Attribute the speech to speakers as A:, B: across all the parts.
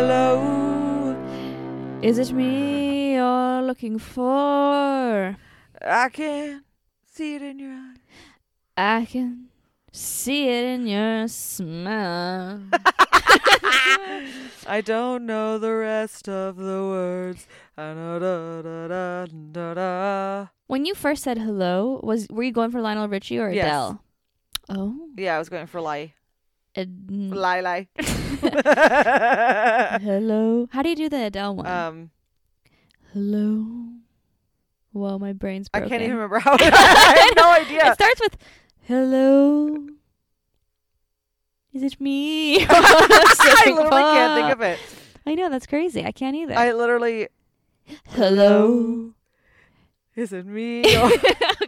A: Hello.
B: Is it me you're looking for?
A: I can see it in your eyes.
B: I can see it in your smile.
A: I don't know the rest of the words. I know da da da da da.
B: when you first said hello, was were you going for Lionel Richie or
A: Yes.
B: Adele? Oh,
A: Yeah, I was going for lie.
B: Ad-
A: Lie lie.
B: hello. How do you do the Adele one?
A: um,
B: hello. Whoa, my brain's
A: I
B: broken.
A: can't even remember how. I have no idea.
B: It starts with hello. Is it me? I
A: I literally can't think of it.
B: I know that's crazy. I can't either.
A: I literally. oh,
B: hello.
A: Is it me?
B: okay,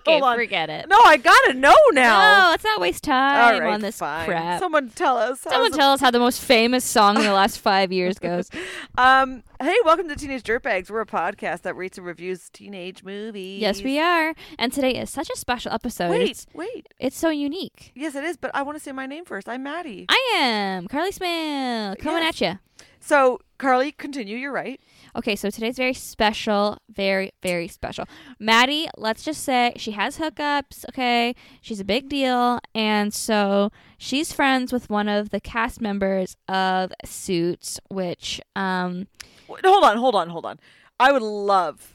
A: Hold on.
B: forget it.
A: no, I gotta know now.
B: No, let's not waste
A: All
B: time
A: right,
B: on this
A: fine.
B: crap.
A: Someone tell us. how's
B: Someone
A: it-
B: tell us how the most famous song in the last five years goes.
A: Um, hey, welcome to Teenage Dirtbags. We're a podcast that rates and reviews teenage movies.
B: yes, we are. And today is such a special episode.
A: Wait,
B: It's,
A: wait.
B: it's so unique.
A: Yes, it is, but I want to say my name first. I'm Maddie.
B: I am Carly Smith coming
A: Yes.
B: at you.
A: So, Carly, continue. You're right.
B: Okay, so today's very special, very very special. Maddie, let's just say she has hookups. Okay, she's a big deal, and so she's friends with one of the cast members of Suits, which um,
A: Wait, Hold on, hold on, hold on. I would love,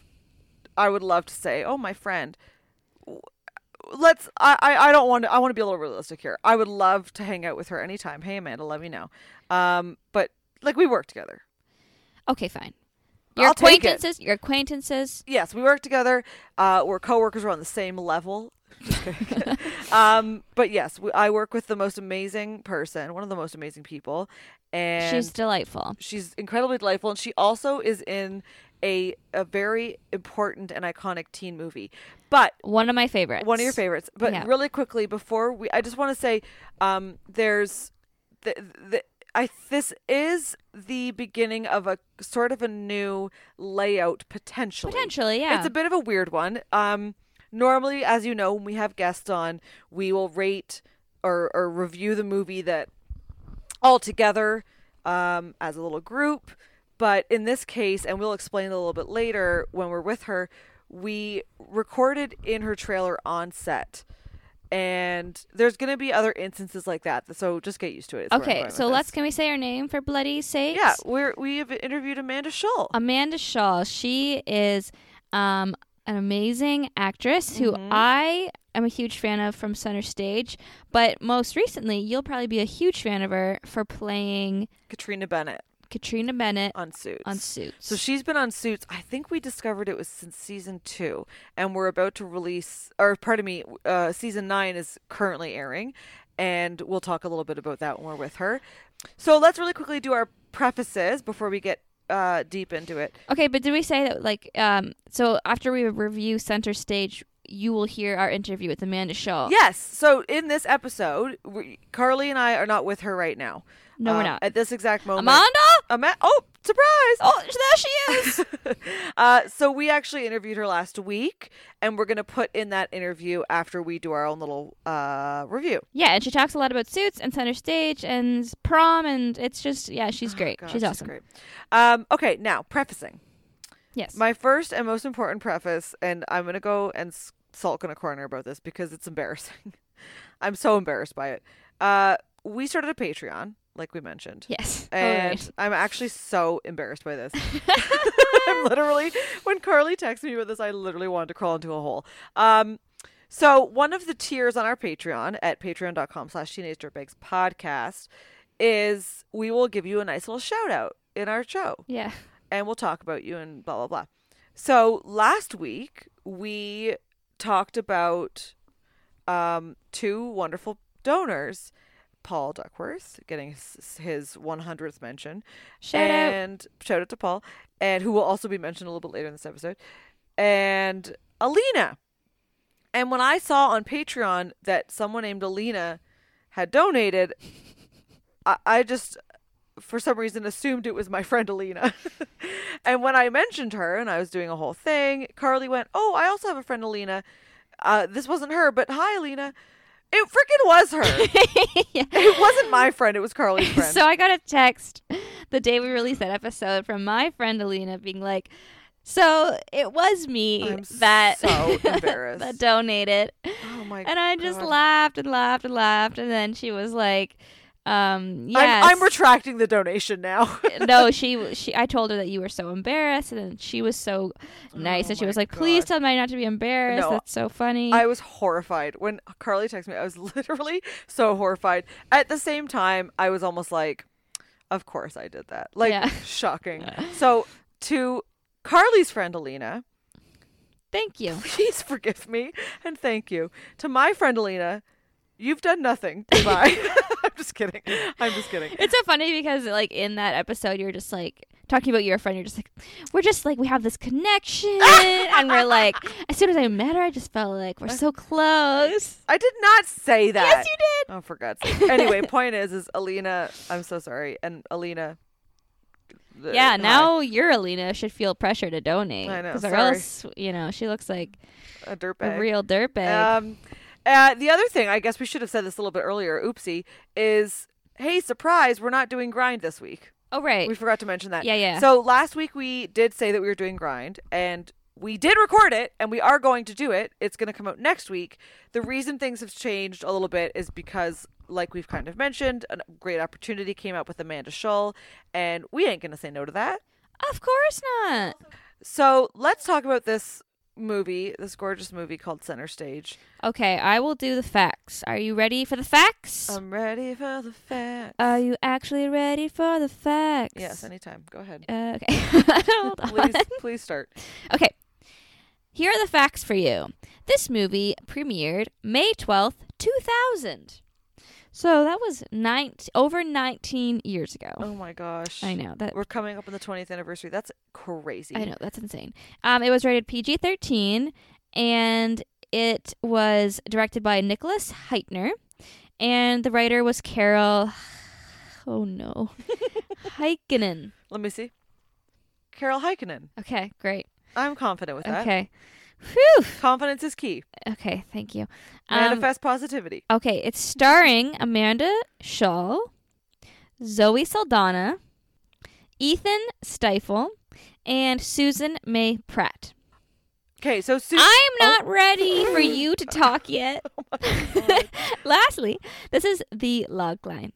A: I would love to say, oh, my friend. W- Let's. I. I, I don't want. to I want to be a little realistic here. I would love to hang out with her anytime. Hey, Amanda, let me know. Um, but like we work together.
B: okay, fine. Your
A: I'll take it.
B: acquaintances, your acquaintances.
A: Yes, we work together. Uh, we're coworkers. We're on the same level. um, but yes, we, I work with the most amazing person, one of the most amazing people, and
B: she's delightful.
A: she's incredibly delightful. And she also is in a a very important and iconic teen movie. But
B: One of my favorites.
A: one of your favorites. But
B: Yeah.
A: really quickly before we, I just want to say, um, there's the, the I this is the beginning of a sort of a new layout potentially.
B: Potentially, yeah.
A: It's a bit of a weird one. Um, normally, as you know, when we have guests on, we will rate or, or review the movie that all together um, as a little group. But in this case, and we'll explain a little bit later when we're with her, we recorded in her trailer on set. And there's going to be other instances like that. So just get used to it. is where I'm going
B: okay,
A: with
B: so let's.
A: this.
B: Can we say her name for bloody sake?
A: Yeah, we're, we have interviewed Amanda Schull.
B: Amanda Shaw. She is um, an amazing actress who I am a huge fan of from Center Stage. But most recently, you'll probably be a huge fan of her for playing
A: Katrina Bennett
B: Katrina Bennett
A: on Suits.
B: on Suits.
A: So she's been on Suits. I think we discovered it was since season two, and we're about to release, or pardon me, uh, season nine is currently airing, and we'll talk a little bit about that when we're with her. So let's really quickly do our prefaces before we get uh, deep into it.
B: okay, but did we say that, like, um, so after we review Center Stage, you will hear our interview with Amanda Shaw?
A: Yes. So in this episode, we, Carly and I are not with her right now.
B: No, we're
A: Um,
B: not.
A: At this exact moment.
B: Amanda?
A: Ama- oh, surprise!
B: Oh, there she is.
A: uh, so we actually interviewed her last week, and we're gonna put in that interview after we do our own little uh, review.
B: Yeah, and she talks a lot about suits and center stage and prom, and it's just yeah, she's great.
A: God,
B: she's awesome.
A: great. Um, okay, now prefacing
B: Yes.
A: my first and most important preface, and I'm gonna go and s- sulk in a corner about this because it's embarrassing. I'm so embarrassed by it. Uh, we started a Patreon, like we mentioned.
B: yes. All
A: And
B: right.
A: I'm actually so embarrassed by this. I'm literally, when Carly texted me about this, I literally wanted to crawl into a hole. Um, so one of the tiers on our Patreon at patreon.com slash teenage dirtbags podcast is we will give you a nice little shout out in our show
B: Yeah.
A: and we'll talk about you and blah, blah, blah. So last week we talked about um, two wonderful donors, Paul Duckworth getting his, his 100th mention
B: Shout out.
A: and shout out to Paul and who will also be mentioned a little bit later in this episode, and Alina. And when I saw on Patreon that someone named Alina had donated, I, I just, for some reason, assumed it was my friend Alina. and when I mentioned her and I was doing a whole thing, Carly went, Oh, I also have a friend Alina. Uh, this wasn't her, but hi, Alina. It freaking was her. it wasn't my friend. It was Carly's friend.
B: so I got a text the day we released that episode from my friend Alina being like, "So it was me
A: I'm
B: that
A: so embarrassed.
B: that donated,"
A: oh my
B: and I just
A: God.
B: laughed and laughed and laughed, and then she was like, um,
A: I'm-
B: "Yes."
A: I'm, retracting the donation now.
B: no, she she. I told her that you were so embarrassed, and then she was so nice,
A: Oh
B: and she
A: my
B: was like, "Please
A: God.
B: tell me not to be embarrassed.
A: No,
B: That's so funny."
A: I was horrified when Carly texted me. I was literally so horrified. At the same time, I was almost like, "Of course I did that." Like
B: Yeah.
A: shocking. So to Carly's friend Alina,
B: Thank you.
A: please forgive me and thank you. To my friend Alina, you've done nothing. Goodbye. I'm just kidding. I'm just kidding.
B: It's so funny because like in that episode, you're just like talking about your friend. You're just like, we're just like we have this connection, and we're like, as soon as I met her, I just felt like we're so close.
A: I did not say that.
B: Yes, you did.
A: Oh, for God's sake. Anyway, point is, is Alina, I'm so sorry. And Alina. the-
B: Yeah,
A: hi.
B: now your Alina should feel pressure to donate.
A: I know,
B: 'cause Or
A: sorry.
B: else, you know, she looks like
A: A dirtbag.
B: a real dirtbag.
A: um, uh, the other thing, I guess we should have said this a little bit earlier, oopsie, is hey, surprise, we're not doing grind this week.
B: oh right.
A: We forgot to mention that.
B: Yeah, yeah.
A: So last week we did say that we were doing grind and we did record it and we are going to do it. It's going to come out next week. The reason things have changed a little bit is because like we've kind of mentioned, a great opportunity came up with Amanda Schull and we ain't going to say no to that.
B: of course not.
A: So let's talk about this movie, this gorgeous movie called Center Stage.
B: Okay, I will do the facts. Are you ready for the facts?
A: I'm ready for the facts.
B: Are you actually ready for the facts?
A: yes, anytime. Go ahead.
B: Uh, okay. Hold on.
A: Please, please start.
B: Okay. Here are the facts for you. This movie premiered May 12th, 2000. So that was nine, over 19 years ago.
A: Oh my gosh.
B: I know that
A: We're coming up on the 20th anniversary. That's crazy.
B: I know that's insane. Um it was rated PG-13 and it was directed by Nicholas Heitner and the writer was Carol Oh no. Heikkinen.
A: Let me see. Carol Heikkinen.
B: Okay, great.
A: I'm confident with that.
B: Okay. Whew.
A: Confidence is key.
B: Okay, thank you. Um,
A: Manifest positivity.
B: Okay, it's starring Amanda Shaw, Zoe Saldana, Ethan Stifel, and Susan May Pratt.
A: Okay, so Sue.
B: I'm not ready for you to talk yet. Lastly, this is the logline.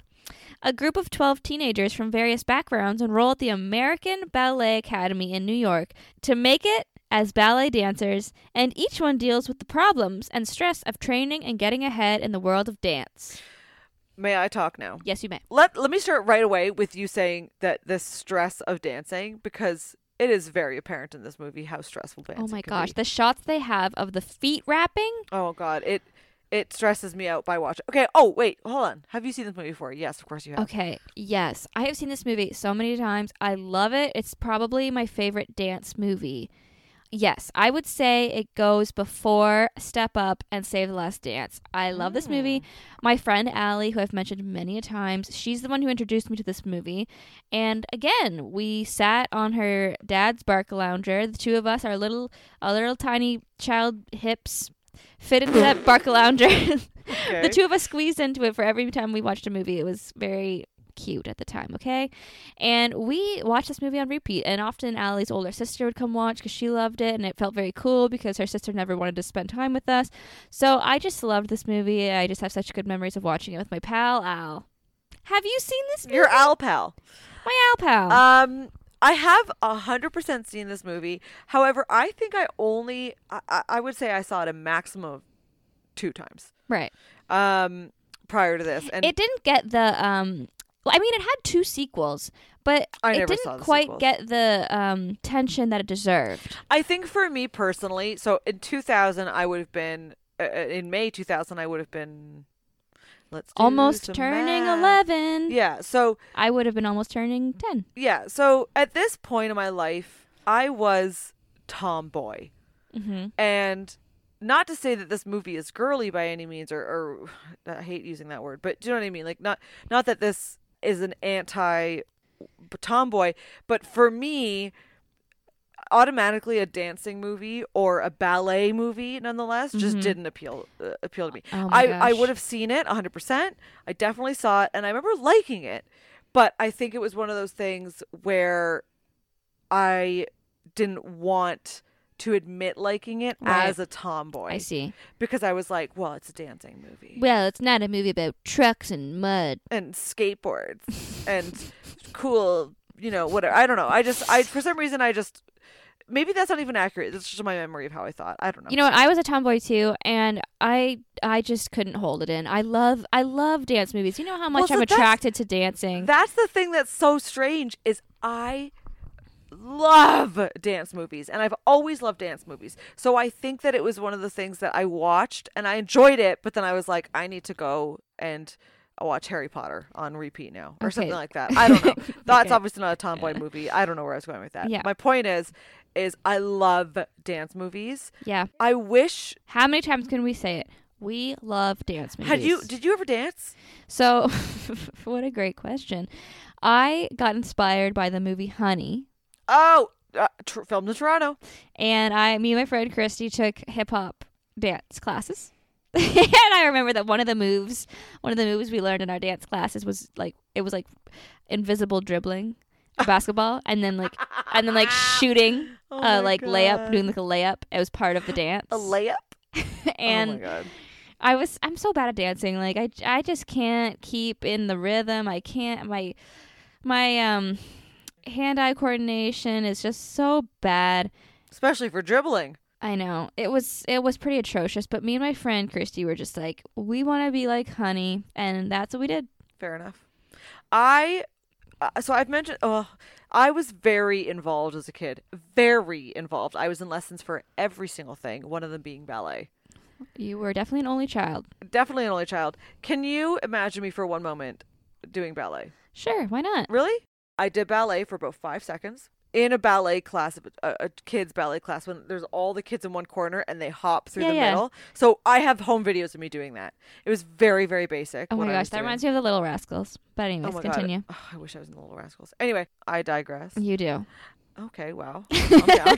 B: A group of 12 teenagers from various backgrounds enroll at the American Ballet Academy in New York to make it as ballet dancers, and each one deals with the problems and stress of training and getting ahead in the world of dance.
A: May I talk now?
B: Yes, you may.
A: Let Let me start right away with you saying that the stress of dancing because it is very apparent in this movie how stressful dancing.
B: Oh my
A: can
B: gosh,
A: be.
B: the shots they have of the feet wrapping.
A: Oh god, it it stresses me out by watching. Okay. Oh wait, hold on. Have you seen this movie before? Yes, of course you have.
B: Okay, yes, I have seen this movie so many times. I love it. It's probably my favorite dance movie. Yes, I would say it goes before Step Up and Save the Last Dance. I love this movie. My friend Allie, who I've mentioned many a times, she's the one who introduced me to this movie. And again, we sat on her dad's bark lounger. The two of us, our little, our little tiny child hips, fit into that bark lounger.
A: Okay.
B: the two of us squeezed into it for every time we watched a movie. It was very cute at the time, okay? And we watched this movie on repeat. And often Allie's older sister would come watch because she loved it, and it felt very cool because her sister never wanted to spend time with us. So I just loved this movie. I just have such good memories of watching it with my pal Al. Have you seen this movie?
A: Your owl pal.
B: my Al pal.
A: Um, I have a hundred percent seen this movie. However, I think I only I- I, I would say I saw it a maximum of two times.
B: right.
A: Um, prior to this, and
B: it didn't get the um well, I mean it had two sequels, but
A: I
B: it
A: never
B: didn't
A: saw the
B: quite
A: sequels.
B: get the um tension that it deserved.
A: I think for me personally, so in 2000 I would have been uh, uh, in May 2000 I would have been Let's do
B: almost
A: some
B: turning
A: math.
B: 11.
A: Yeah. So
B: I would have been almost turning 10.
A: yeah. So at this point in my life, I was tomboy,
B: Mm-hmm.
A: and not to say that this movie is girly by any means, or, or I hate using that word, but do you know what I mean? Like not not that this is an anti tomboy, but for me. Automatically, a dancing movie or a ballet movie, nonetheless, just
B: Mhm.
A: didn't appeal uh, appeal to me.
B: Oh my
A: I,
B: gosh.
A: I would have seen it 100%. I definitely saw it and I remember liking it. But I think it was one of those things where I didn't want to admit liking it
B: Right.
A: as a tomboy
B: I see.
A: because I was like, well, it's a dancing movie
B: Well, it's not a movie about trucks and mud.
A: and skateboards and cool, you know, whatever. I don't know. I just I for some reason I just maybe that's not even accurate. It's just my memory of how I thought. I don't know.
B: You know what? I was a tomboy too, and I I just couldn't hold it in. I love I love dance movies. You know how much
A: Well, so
B: I'm
A: that's-
B: attracted to dancing.
A: That's the thing that's so strange is I love dance movies and I've always loved dance movies. So I think that it was one of the things that I watched and I enjoyed it, but then I was like, I need to go and watch Harry Potter on repeat now or
B: Okay.
A: something like that. I don't know. That's
B: Okay.
A: obviously not a tomboy movie. I don't know where I was going with that.
B: Yeah.
A: My point is is I love dance movies.
B: yeah.
A: I wish
B: How many times can we say it? We love dance movies.
A: had you did you ever dance?
B: So, what a great question. I got inspired by the movie Honey,
A: Oh, uh, tr- filmed in Toronto.
B: and I, me and my friend Christy took hip hop dance classes. and I remember that one of the moves, one of the moves we learned in our dance classes was like it was like invisible dribbling, for basketball, and then like and then like shooting,
A: Oh my
B: uh, like layup,
A: God.
B: doing like a layup. It was part of the dance.
A: a layup.
B: and
A: oh my god.
B: I was I'm so bad at dancing. Like I, I just can't keep in the rhythm. I can't my my um hand-eye coordination is just so bad.
A: especially for dribbling.
B: I know. It was it was pretty atrocious, but me and my friend Christy were just like, we want to be like honey, and that's what we did.
A: Fair enough. I uh, so I've mentioned. Oh, I was very involved as a kid. Very involved. I was in lessons for every single thing. One of them being ballet.
B: You were definitely an only child.
A: Definitely an only child. Can you imagine me for one moment doing ballet?
B: Sure, why not?
A: Really? I did ballet for about five seconds in a ballet class, a, a kids' ballet class, when there's all the kids in one corner and they hop through
B: Yeah,
A: the
B: yeah.
A: middle. So I have home videos of me doing that. It was very, very basic.
B: Oh my
A: what I
B: gosh,
A: was
B: that
A: doing. Oh
B: reminds me of the Little Rascals. But anyways,
A: my God.
B: continue.
A: Ugh, I wish I was in the Little Rascals. Anyway, I digress.
B: You do.
A: Okay, wow. Calm down.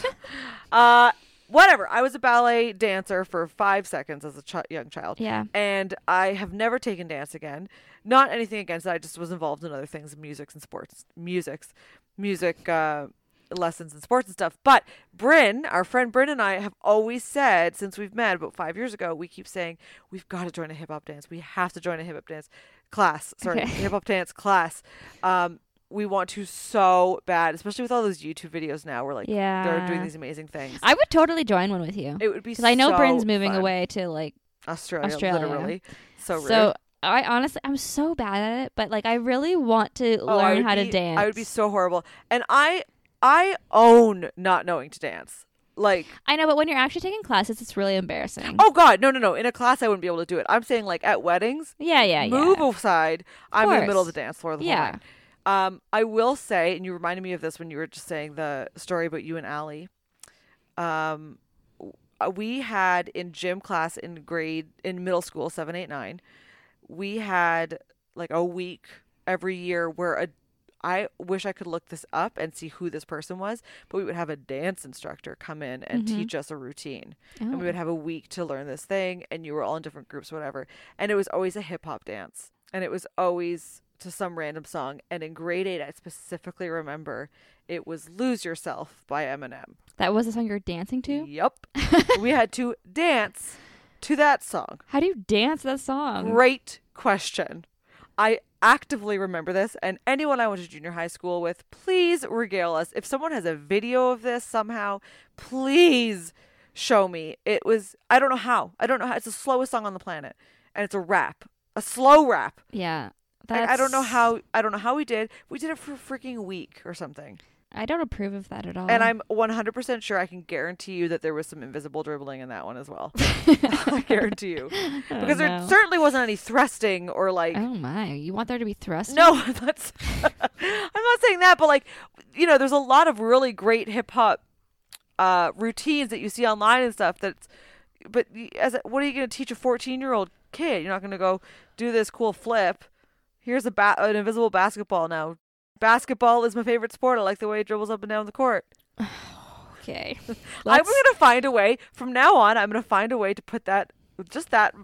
A: Uh, whatever. I was a ballet dancer for five seconds as a ch- young child.
B: Yeah.
A: And I have never taken dance again. Not anything against it. I just was involved in other things, musics and sports, musics, music uh, lessons and sports and stuff. But Bryn, our friend Bryn and I have always said since we've met about five years ago, we keep saying we've got to join a hip hop dance. We have to join a hip hop dance class. Sorry,
B: Okay.
A: hip hop dance class. Um, we want to so bad, especially with all those YouTube videos now. We're like,
B: Yeah.
A: they're doing these amazing things.
B: I would totally join one with you.
A: it would be
B: Cuz I know
A: so
B: Bryn's moving
A: fun.
B: away to like
A: Australia,
B: Australia.
A: literally. So rude.
B: I honestly, I'm so bad at it, but like I really want to
A: Oh, I
B: learn
A: would
B: how to
A: be-
B: dance.
A: I would be so horrible. And I I own not knowing to dance. Like,
B: I know, but when you're actually taking classes, it's really embarrassing.
A: oh god, no, no, no. In a class, I wouldn't be able to do it. I'm saying like at weddings,
B: yeah, yeah, yeah.
A: move aside. I'm in the middle of the
B: course.
A: dance floor the whole
B: Yeah.
A: night. Um, I will say, and you reminded me of this when you were just saying the story about you and Allie. Um, w- uh, we had in gym class in grade in middle school seven, eight, nine. We had like a week every year where a I wish I could look this up and see who this person was, but we would have a dance instructor come in and
B: Mhm.
A: teach us a routine
B: Oh.
A: and we would have a week to learn this thing and you were all in different groups whatever and it was always a hip hop dance and it was always to some random song and in grade 8 I specifically remember it was Lose Yourself by Eminem.
B: that was the song you were dancing to.
A: Yep. we had to dance to that song.
B: How do you dance that song?
A: Great question. I actively remember this, and anyone I went to junior high school with, please regale us. If someone has a video of this somehow, please show me. It was, I don't know how. I don't know how. It's the slowest song on the planet, and it's a rap, a slow rap.
B: Yeah,
A: I-
B: that's,
A: I don't know how. I don't know how we did. We did it for a freaking week or something.
B: I don't approve of that at all.
A: And I'm 100% sure I can guarantee you that there was some invisible dribbling in that one as well. I guarantee you. Because there certainly wasn't any thrusting or like.
B: Oh my! You want there to be thrust?
A: No, that's. I'm not saying that, but like, you know, there's a lot of really great hip hop uh, routines that you see online and stuff. That's, but y- as a, what are you going to teach a 14 year old kid? You're not going to go do this cool flip. Here's a ba- an invisible basketball now. Basketball is my favorite sport. I like the way it dribbles up and down the court.
B: Okay.
A: I'm going to find a way from now on. I'm going to find a way to put that just that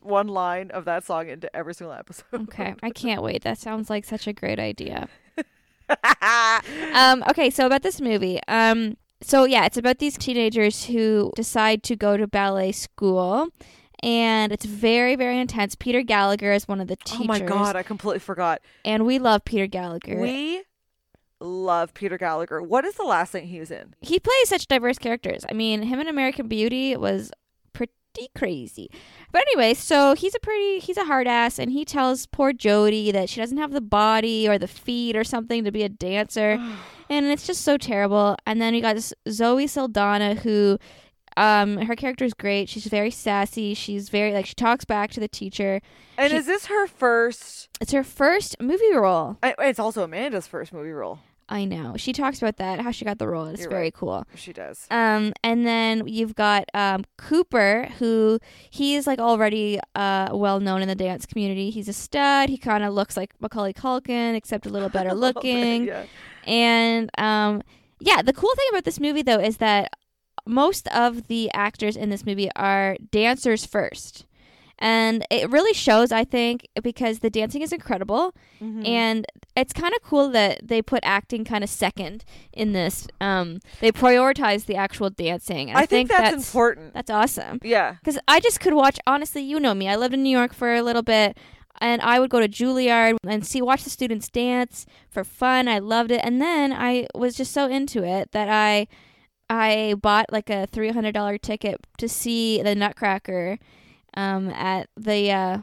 A: one line of that song into every single episode.
B: Okay, I can't wait. That sounds like such a great idea. Um, okay, so about this movie. Um, so yeah, it's about these teenagers who decide to go to ballet school, and it's very, very intense. Peter Gallagher is one of the teachers,
A: Oh my god, I completely forgot.
B: and we love Peter Gallagher.
A: We love Peter Gallagher. What is the last thing he was in?
B: he plays such diverse characters. I mean, him in American Beauty was pretty crazy. But anyway, so he's a pretty he's a hard ass and he tells poor Jody that she doesn't have the body or the feet or something to be a dancer. and it's just so terrible. And then we got this Zoe Saldana who um her character is great. She's very sassy. She's very like she talks back to the teacher.
A: And
B: She-
A: is this her first?
B: It's her first movie role.
A: I- It's also Amanda's first movie role.
B: I know. She talks about that how she got the role. It's
A: You're
B: very
A: right.
B: cool.
A: She does.
B: Um, and then you've got um, Cooper, who he's like already uh, well known in the dance community. He's a stud. He kind of looks like Macaulay Culkin, except a little better looking.
A: Oh, yeah.
B: And um, yeah, the cool thing about this movie though is that most of the actors in this movie are dancers first. And it really shows, I think, because the dancing is incredible
A: Mhm.
B: and it's kind of cool that they put acting kind of second in this. Um, they prioritize the actual dancing. And
A: I think that's,
B: that's
A: important.
B: That's awesome
A: yeah.
B: because I just could watch. Honestly, you know me. I lived in New York for a little bit, and I would go to Juilliard and see watch the students dance for fun. I loved it, and then I was just so into it that I I bought like a three hundred dollar ticket to see the Nutcracker um, at the. Uh,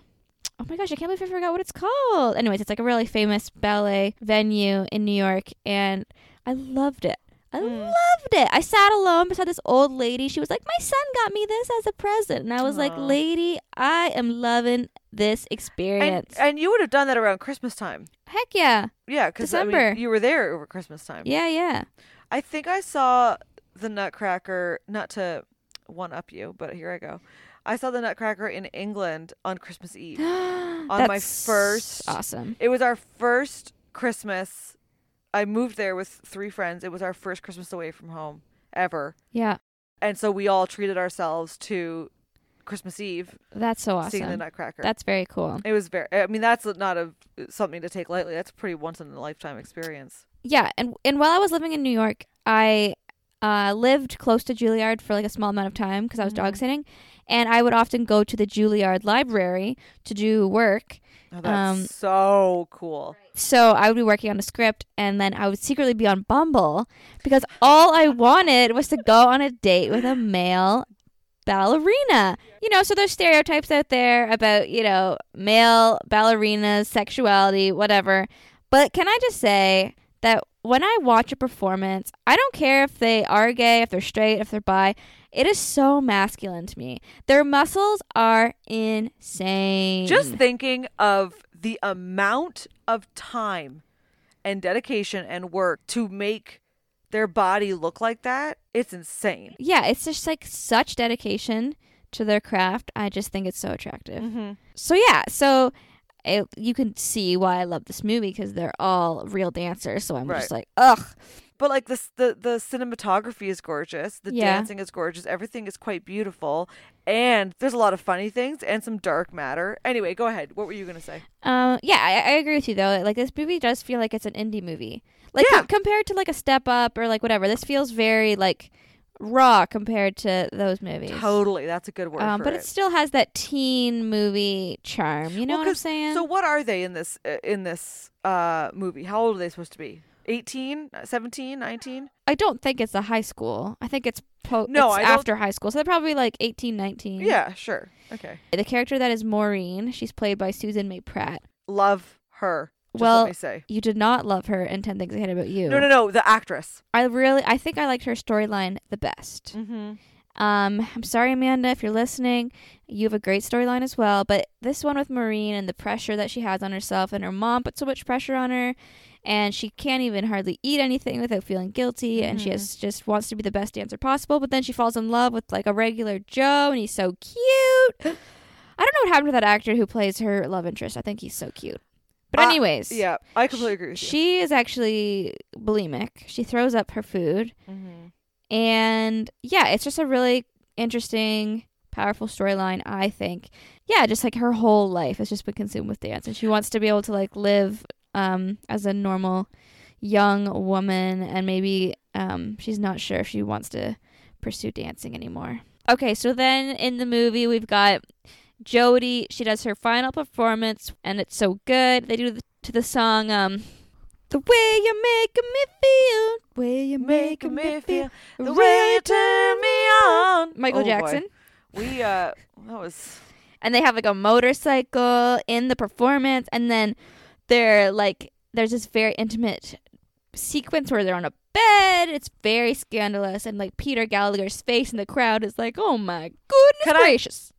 B: Oh my gosh, I can't believe I forgot what it's called. Anyways, it's like a really famous ballet venue in New York, and I loved it. I
A: Mm.
B: loved it. I sat alone beside this old lady. She was like, My son got me this as a present. And I was like,
A: Aw.
B: Lady, I am loving this
A: And, uh,
B: experience.
A: and you would have done that around Christmas time.
B: Heck yeah.
A: Yeah, because
B: December.
A: you were there over Christmas time.
B: Yeah, yeah.
A: I think I saw the Nutcracker, not to one up you, but here I go. I saw the Nutcracker in England on Christmas Eve.
B: On
A: my first-
B: Awesome.
A: It was our first Christmas. I moved there with three friends. It was our first Christmas away from home ever.
B: Yeah.
A: And so we all treated ourselves to Christmas Eve
B: That's so
A: seeing the
B: awesome.
A: Nutcracker.
B: That's very cool.
A: it was very, I mean, that's not a something to take lightly. That's a pretty once in a lifetime experience.
B: Yeah, and and while I was living in New York, I uh, lived close to Juilliard for like a small amount of time because I was
A: Mm-hmm.
B: dog sitting, and I would often go to the Juilliard library to do work.
A: Oh, that's
B: Um,
A: so cool.
B: So I would be working on a script, and then I would secretly be on Bumble because all I wanted was to go on a date with a male ballerina. You know, so there's stereotypes out there about you know male ballerinas, sexuality, whatever. But can I just say that when I watch a performance, I don't care if they are gay, if they're straight, if they're bi. It is so masculine to me. Their muscles are insane.
A: Just thinking of the amount of time and dedication and work to make their body look like that, it's insane.
B: yeah, it's just like such dedication to their craft. I just think it's so attractive.
A: Mm. Mm-hmm.
B: So yeah, so it, you can see why I love this movie because they're all real dancers. So I'm just like, ugh,
A: But like this, the the cinematography is gorgeous. The
B: Yeah.
A: dancing is gorgeous. Everything is quite beautiful, and there's a lot of funny things and some dark matter. Anyway, go ahead. What were you gonna say?
B: Um, yeah, I, I agree with you though. Like this movie does feel like it's an indie movie. Like
A: Yeah.
B: com- compared to like a Step Up or like whatever, this feels very like raw compared to those movies.
A: Totally, that's a good word
B: Um,
A: for
B: but
A: it.
B: it still has that teen movie charm. You know
A: Well,
B: what I'm
A: 'cause-
B: saying?
A: So what are they in this uh, in this uh movie? How old are they supposed to be? uh, 18, 17, 19?
B: I don't think it's a high school. I think it's po-
A: No,
B: it's
A: I don't-
B: after high school. So they're probably like 18, 19.
A: Yeah, sure. Okay.
B: The character that is Maureen, she's played by Susan May Pratt.
A: Love her. Just
B: well,
A: let me say.
B: you did not love her in Ten Things I Hate About You.
A: No, no, no. The actress.
B: I really, I think I liked her storyline the best.
A: Mm-hmm.
B: Um, I'm sorry, Amanda, if you're listening, you have a great storyline as well. But this one with Maureen and the pressure that she has on herself, and her mom put so much pressure on her, and she can't even hardly eat anything without feeling guilty, and she
A: Mhm.
B: has, just wants to be the best dancer possible. But then she falls in love with like a regular Joe, and he's so cute. I don't know what happened to that actor who plays her love interest. I think he's so cute. But
A: Uh,
B: anyways,
A: Yeah, I completely agree with you.
B: she is actually bulimic. She throws up her food.
A: mm-hmm.
B: And yeah, it's just a really interesting, powerful storyline, I think. Yeah, just like her whole life has just been consumed with dance and she wants to be able to like live um as a normal young woman and maybe um she's not sure if she wants to pursue dancing anymore. Okay, so then in the movie we've got Jodie, she does her final performance and it's so good. They do the, to the song um the way you make me feel, way you make,
A: Making
B: me feel,
A: the way you turn me on.
B: Michael
A: Oh, boy.
B: Jackson.
A: We uh, that was
B: And they have like a motorcycle in the performance and then they're like there's this very intimate sequence where they're on a bed. It's very scandalous and like Peter Gallagher's face in the crowd is like, "Oh my goodness
A: Can I-
B: gracious."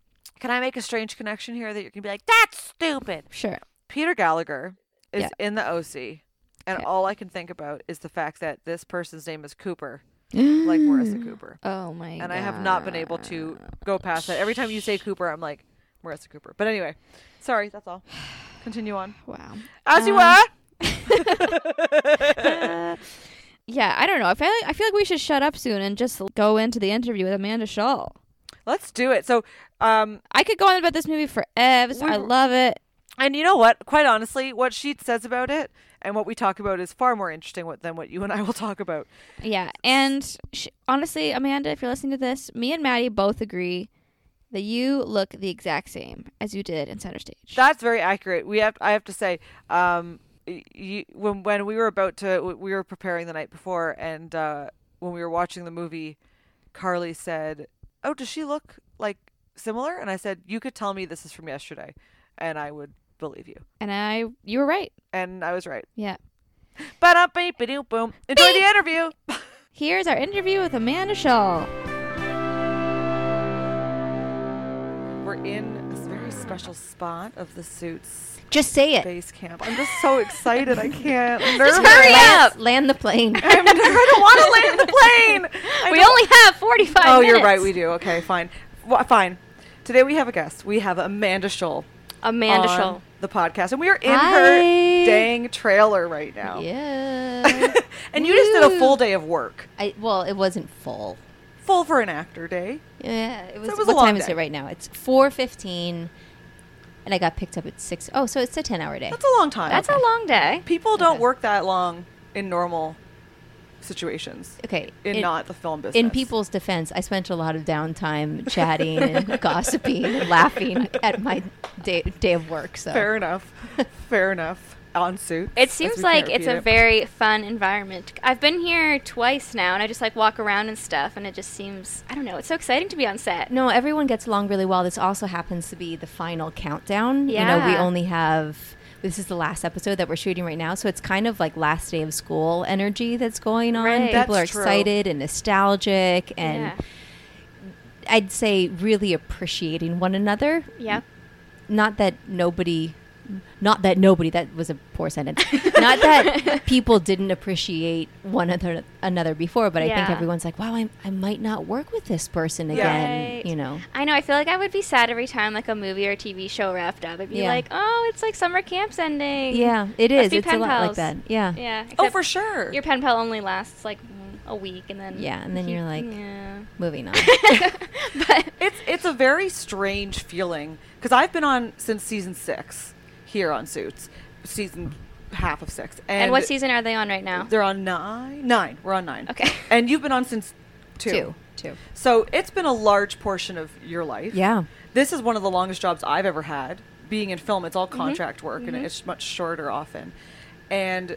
A: Can I make a strange connection here that you're gonna be like, that's stupid?
B: Sure.
A: Peter Gallagher is
B: Yeah.
A: in the OC, and
B: Yeah.
A: all I can think about is the fact that this person's name is Cooper, like Marissa Cooper,
B: Oh my
A: and I have not been able to
B: God.
A: go past that. Every time you say Cooper, I'm like Marissa Cooper. But anyway, sorry, that's all. Continue on
B: Wow.
A: as you
B: Um,
A: were.
B: Uh, yeah, I don't know. I feel like, I feel like we should shut up soon and just go into the interview with Amanda Shaw.
A: Let's do it. So, um,
B: I could go on about this movie for evs.
A: We-
B: I love it.
A: And you know what? Quite honestly, what she says about it and what we talk about is far more interesting what, than what you and I will talk about.
B: Yeah, and sh- honestly, Amanda, if you're listening to this, me and Maddie both agree that you look the exact same as you did in Center Stage.
A: That's very accurate. We have, I have to say, um, y- you, when when we were about to, we were preparing the night before, and uh, when we were watching the movie, Carly said, "Oh, does she look like similar?" And I said, "You could tell me this is from yesterday, and I would believe you."
B: and I, you were right.
A: And I was right.
B: Yeah.
A: But up, beep, doop, boom. Enjoy the interview.
B: Here's our interview with Amanda Shaw.
A: We're in this very special spot of the suits.
C: Just say it.
A: base camp. I'm just so excited. I can't. I'm nervous.
B: hurry up.
C: Land- Land the plane.
A: I'm nervous. I don't want to land the plane. I
B: we
A: don't-
B: only have 45
A: Oh,
B: minutes.
A: you're right. We do. Okay, fine. Wha fine. Today we have a guest. We have Amanda Scholl.
C: Amanda
A: on
C: Scholl.
A: The podcast, and we are in her
C: Hi.
A: dang trailer right now.
C: Yeah.
A: and you just did a
C: Woo.
A: full day of work,
C: I, well, it wasn't full.
A: full for an actor day.
C: Yeah, it was.
A: it was a
C: what
A: long
C: time is
A: day.
C: it right now? It's four fifteen, and I got picked up at six. Oh, so it's a ten-hour day.
A: That's a long time.
B: That's a long day.
A: People don't
C: Okay.
A: work that long in normal situations.
C: okay.
A: In, not the film business.
C: in people's defense, I spent a lot of downtime chatting and gossiping and laughing at my day, day of work. So
A: Fair enough. Fair enough. On suit.
B: It seems like it's a very fun environment. I've been here twice now, and I just like walk around and stuff, and it just seems I don't know. It's so exciting to be on set.
C: No, everyone gets along really well. This also happens to be the final countdown. You know, we
B: Yeah.
C: only have this is the last episode that we're shooting right now, so it's kind of like last day of school energy that's going on.
B: Right.
C: People
A: That's
C: are
A: true.
C: excited and nostalgic and
B: yeah.
C: I'd say really appreciating one another.
B: yeah.
C: Not that nobody not that nobody that was a poor sentence. not that people didn't appreciate one another another before, but I think
B: Yeah.
C: everyone's like, "Wow, I, I might not work with this person
A: Yeah.
C: again,"
B: Right.
C: you know.
B: I know. I feel like I would be sad every time like a movie or TV show wrapped up. I'd be
C: Yeah.
B: like, oh, it's like summer camp's ending.
C: Yeah, it
B: Must
C: is.
B: be
C: It's a
B: pen
C: lot like
B: pals.
C: that. Yeah.
B: Yeah.
A: Oh,
B: except
A: for sure.
B: Your pen pal only lasts like mm, a week, and then
C: Yeah, and then you're like-
B: yeah.
C: Moving on.
B: but
A: It's it's a very strange feeling because I've been on since season six here on Suits, season half of six. And,
B: and what season are they on right now?
A: They're on nine. Nine. We're on nine.
B: Okay.
A: And you've been on since two.
C: Two. Two.
A: So it's been a large portion of your life.
C: Yeah.
A: This is one of the longest jobs I've ever had. Being in film, it's all contract work and it's much shorter often. And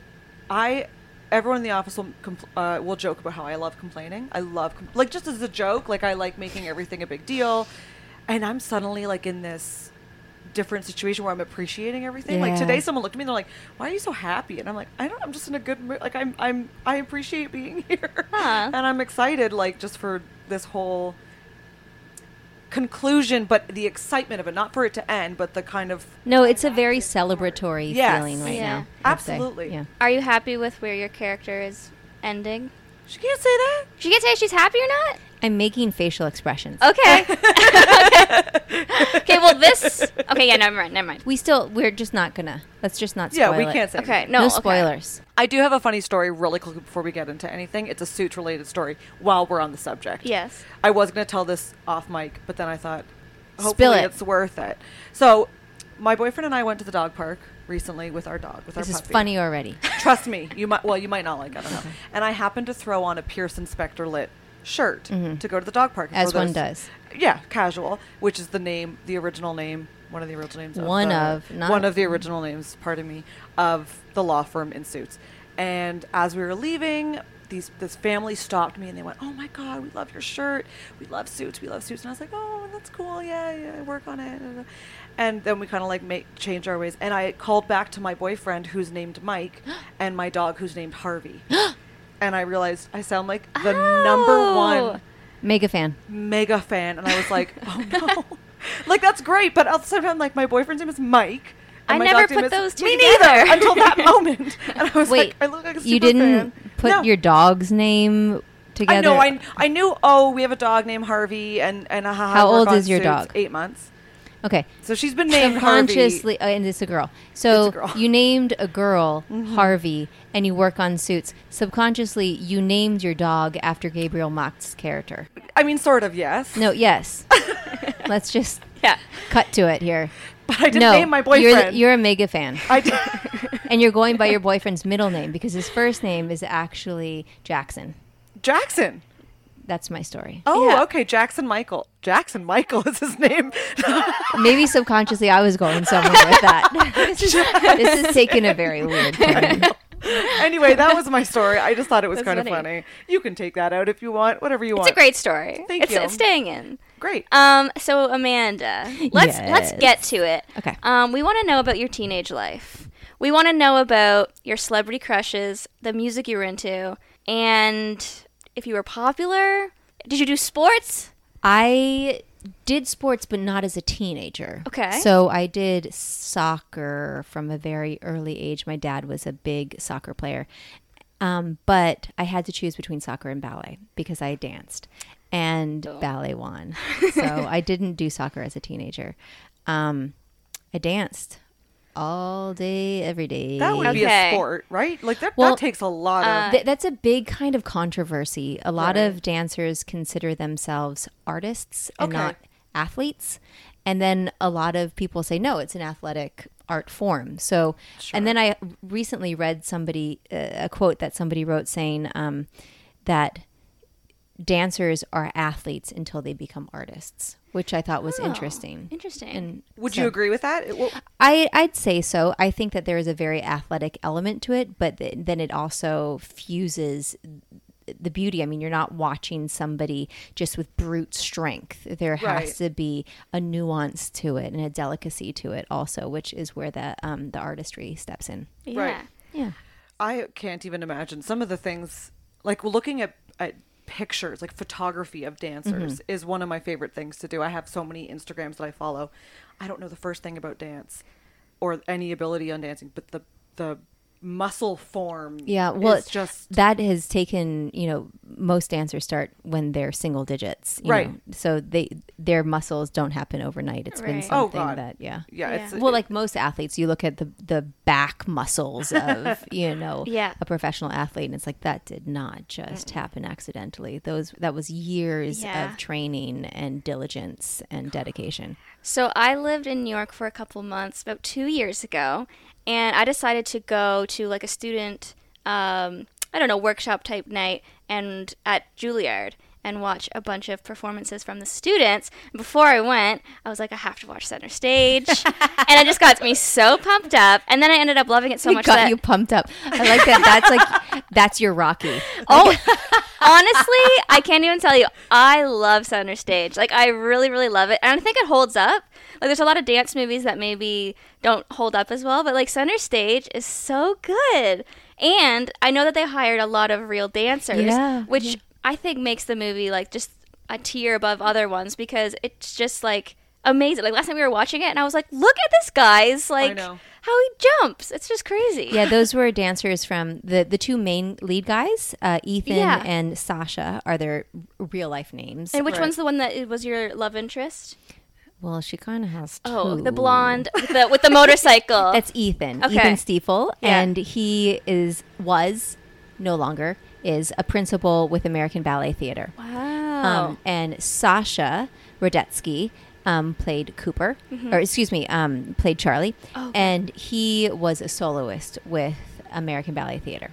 A: I, everyone in the office will, compl- uh, will joke about how I love complaining. I love, com- like, just as a joke, like, I like making everything a big deal. And I'm suddenly, like, in this different situation where I'm appreciating everything. Like
B: Yeah.
A: today, someone looked at me and they're like, "Why are you so happy?" And I'm like, "I don't. I'm just in a good mood. Like I'm. I'm. I appreciate being here,
D: Huh.
A: and I'm excited. Like just for this whole conclusion, but the excitement of it, not for it to end, but the kind of
B: No, it's a very celebratory
A: Yes.
B: feeling right
C: Yeah.
B: now. I'd say.
A: Absolutely.
B: Yeah.
C: Are you happy with where your character is ending?
A: she can't say that.
C: She can say she's happy or not.
B: I'm making facial expressions.
C: Okay. okay. Well, this. Okay. Yeah. Never mind. Never mind.
B: We still, we're just not gonna. Let's just not.
A: Yeah,
B: Spoil
A: we
B: it.
A: can't say.
C: Okay.
A: anything.
C: No.
B: No,
C: okay.
B: spoilers.
A: I do have a funny story really quick before we get into anything. It's a suits related story while we're on the subject.
C: Yes.
A: I was going to tell this off mic, but then I thought hopefully
B: Spill it.
A: it's worth it. So, my boyfriend and I went to the dog park recently with our dog, with
B: This
A: our
B: is
A: puppy.
B: funny already.
A: Trust me, you might well, you might not like, I don't know. And I happened to throw on a Pierce Inspector lit shirt to go to the dog park
B: Mm-hmm. As
A: For those-
B: one does.
A: Yeah, casual, which is the name, the original name, one of the original names.
B: One
A: the-
B: of, not-
A: one of the original names. Pardon me, of the law firm in suits. And as we were leaving, these this family stopped me and they went, "Oh my God, we love your shirt. We love suits. We love suits." And I was like, "Oh, that's cool. Yeah, yeah, work on it." And then we kind of like make change our ways. And I called back to my boyfriend, who's named Mike, and my dog, who's named Harvey. and I realized I sound like the number one
C: Oh.
B: Mega fan.
A: mega fan, and I was like, oh no, like that's great, but at the same time, like my boyfriend's name is Mike. and
C: I
A: my
C: never
A: dog's name
C: put
A: is-
C: those two
A: Me
C: together.
A: neither until that moment, and I was
B: Wait,
A: like, I look like a super
B: you
A: fan.
B: didn't put
A: No.
B: your dog's name
A: I
B: together.
A: know. I I knew. Oh, we have a dog named Harvey, and and a ha- ha-
B: How
A: work
B: old
A: on
B: is your
A: suits,
B: dog?
A: Eight months.
B: okay.
A: So she's been named Harvey.
B: Subconsciously, uh, and it's a girl. So
A: It's a girl. Mm-hmm.
B: you named a girl Harvey, and you work on suits. Subconsciously, you named your dog after Gabriel Macht's character.
A: I mean, sort of. Yes.
B: No, yes. Let's just
C: Yeah.
B: cut to it here.
A: But I didn't
B: no,
A: name my boyfriend.
B: You're, the- you're a mega fan,
A: I did.
B: and you're going by your boyfriend's middle name because his first name is actually Jackson.
A: Jackson.
B: That's my story.
A: Oh,
C: Yeah.
A: okay. Jackson Michael. Jackson Michael is his name.
B: Maybe subconsciously I was going somewhere with that. this, is, this is taking a very weird turn.
A: anyway, that was my story. I just thought it was
C: That's
A: kind of
C: funny.
A: funny. You can take that out if you want, whatever you
C: It's
A: want.
C: a great story.
A: Thank
C: it's,
A: you.
C: It's staying in.
A: great.
C: Um. So Amanda, let's let's
B: Yes.
C: get to it.
B: Okay.
C: Um. We want to know about your teenage life. We want to know about your celebrity crushes, the music you were into, and if you were popular. Did you do sports?
B: I did sports, but not as a teenager.
C: Okay.
B: So I did soccer from a very early age. My dad was a big soccer player. Um, but I had to choose between soccer and ballet because I danced and ballet won. So I didn't do soccer as a teenager. Um, I danced all day, every day.
A: That would be a
C: Okay.
A: sport, right? Like that,
B: Well, uh,
A: that takes a lot of
B: Th- that's a big kind of controversy. A lot of dancers consider themselves artists and
A: Okay.
B: not athletes. And then a lot of people say, no, it's an athletic art form. So, and then I recently read somebody, uh, a quote that somebody wrote saying um, that dancers are athletes until they become artists, which I thought was interesting.
C: Interesting.
B: And
A: Oh. Would
B: so-
A: you agree with that? It- well,
B: I, I'd say so. I think that there is a very athletic element to it, but th- then it also fuses the beauty. I mean, you're not watching somebody just with brute strength. There
A: Right.
B: has to be a nuance to it and a delicacy to it, also, which is where the um, the artistry steps in.
C: yeah.
A: Right.
B: Yeah.
A: I can't even imagine some of the things like looking at, at pictures, like photography of dancers is one of my favorite things to do. I have so many Instagrams that I follow. I don't know the first thing about dance or any ability on dancing, but the the muscle form
B: Yeah, well,
A: is just
B: that has taken you know most dancers start when they're single digits, you
A: Right.
B: know. So they their muscles don't happen overnight. It's been
C: Right.
A: Oh,
B: something
A: God.
B: that yeah,
A: yeah, it's
B: well, like most athletes, you look at the the back muscles of you know
C: Yeah.
B: a professional athlete, and it's like that did not just happen accidentally. Those that was years
C: Yeah.
B: of training and diligence and dedication.
C: So I lived in New York for a couple months about two years ago, and I decided to go to like a student, um, I don't know, workshop type night, and at Juilliard. and watch a bunch of performances from the students. And before I went, I was like, I have to watch Center Stage, and it just got me so pumped up. And then I ended up loving it so
B: We
C: much
B: got
C: that
B: you pumped up. I like that. That's like that's your Rocky.
C: Oh, honestly, I can't even tell you. I love Center Stage. Like, I really, really love it. And I think it holds up. Like, there's a lot of dance movies that maybe don't hold up as well, but like, Center Stage is so good. And I know that they hired a lot of real dancers,
B: Yeah,
C: which I think makes the movie like just a tier above other ones because it's just like amazing. Like, last night we were watching it and I was like, look at this guy's, like,
A: know.
C: how he jumps. It's just crazy.
B: Yeah, those were dancers from the the two main lead guys, uh, Ethan
C: Yeah.
B: and Sasha, are their real life names.
C: And which
A: Right.
C: one's the one that it was your love interest?
B: well, she kind of has. Two.
C: Oh, the blonde with the, with the motorcycle.
B: That's Ethan.
C: Uh, Okay.
B: Ethan Stiefel,
C: Yeah.
B: and he is was no longer is a principal with American Ballet Theater.
C: wow.
B: Um, and Sasha Rodetsky um, played Cooper,
C: Mm-hmm.
B: or excuse me, um, played Charlie,
C: Oh,
B: and he was a soloist with American Ballet Theater.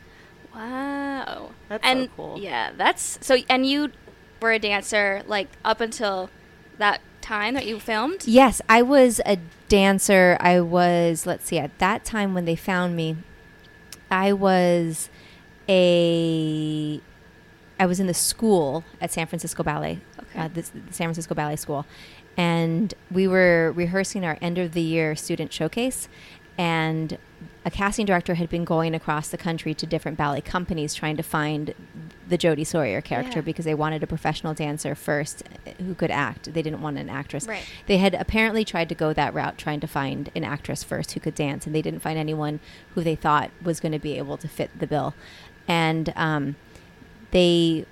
B: um,
C: wow.
A: That's so
C: and
A: cool.
C: yeah, that's so. And you were a dancer like up until that time that you filmed.
B: Yes, I was a dancer. I was, let's see, at that time when they found me, I was a I was in the school at San Francisco Ballet,
C: Okay.
B: uh, this, the San Francisco Ballet School, and we were rehearsing our end of the year student showcase, and a casting director had been going across the country to different ballet companies trying to find the Jodie Sawyer character
C: Yeah.
B: because they wanted a professional dancer first uh, who could act. They didn't want an actress.
C: Right.
B: They had apparently tried to go that route, trying to find an actress first who could dance, and they didn't find anyone who they thought was going to be able to fit the bill. And um, they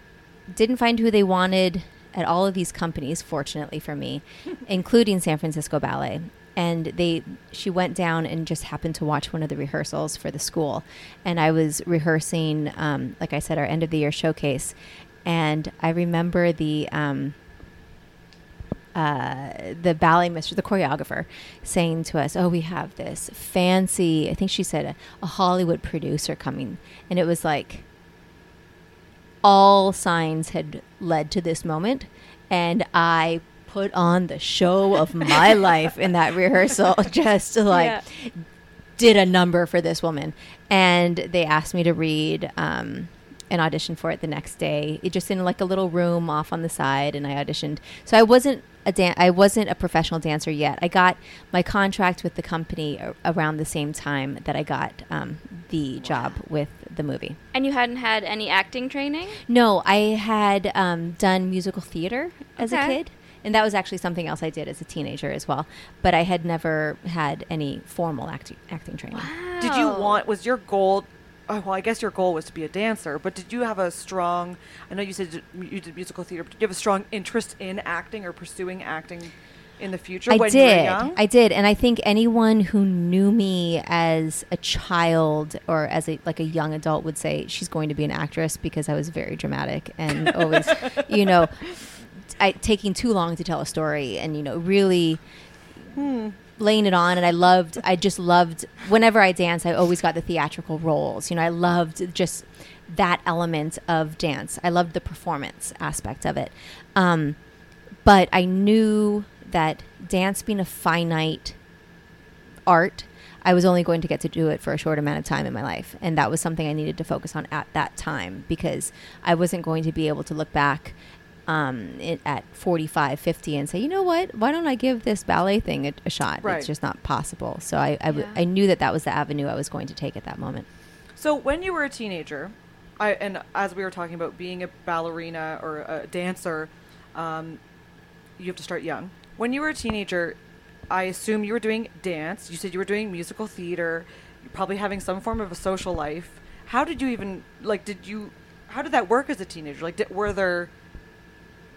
B: didn't find who they wanted at all of these companies, fortunately for me, including San Francisco Ballet. And they, she went down and just happened to watch one of the rehearsals for the school. And I was rehearsing, um, like I said, our end of the year showcase. And I remember the, um, uh, the ballet mistress, the choreographer, saying to us, "Oh, we have this fancy. I think she said a, a Hollywood producer coming," and it was like all signs had led to this moment, and I put on the show of my life in that rehearsal just to like
C: Yeah.
B: did a number for this woman and they asked me to read um, an audition for it the next day it just in like a little room off on the side and i auditioned so i wasn't a dan- i wasn't a professional dancer yet i got my contract with the company a- around the same time that i got um, the job with the movie
C: And you hadn't had any acting training.
B: no, I had um, done musical theater as a
C: Okay.
B: kid. And that was actually something else I did as a teenager as well. But I had never had any formal acting, acting training.
A: Did you
C: Wow.
A: want? Was your goal? Oh, well, I guess your goal was to be a dancer, but did you have a strong? I know you said you- you did musical theater, but did you have a strong interest in acting or pursuing acting in the future when you were young?
B: I did, and I think anyone who knew me as a child or as a like a young adult would say she's going to be an actress because I was very dramatic and always, you know, I, taking too long to tell a story and you know really.
A: Hmm.
B: Laying it on, and I loved. I just loved. Whenever I dance, I always got the theatrical roles. You know, I loved just that element of dance. I loved the performance aspect of it. Um, but I knew that dance being a finite art, I was only going to get to do it for a short amount of time in my life. And that was something I needed to focus on at that time because I wasn't going to be able to look back um, it, at 45, 50 and say, you know what? Why don't I give this ballet thing a, a shot?
A: Right.
B: It's just not possible. So I, I, w-
C: Yeah.
B: I knew that that was the avenue I was going to take at that moment.
A: So when you were a teenager, I, and as we were talking about being a ballerina or a dancer, um, you have to start young. When you were a teenager, I assume you were doing dance. You said you were doing musical theater. You're probably having some form of a social life. How did you even like? Did you? How did that work as a teenager? Like, did, were there?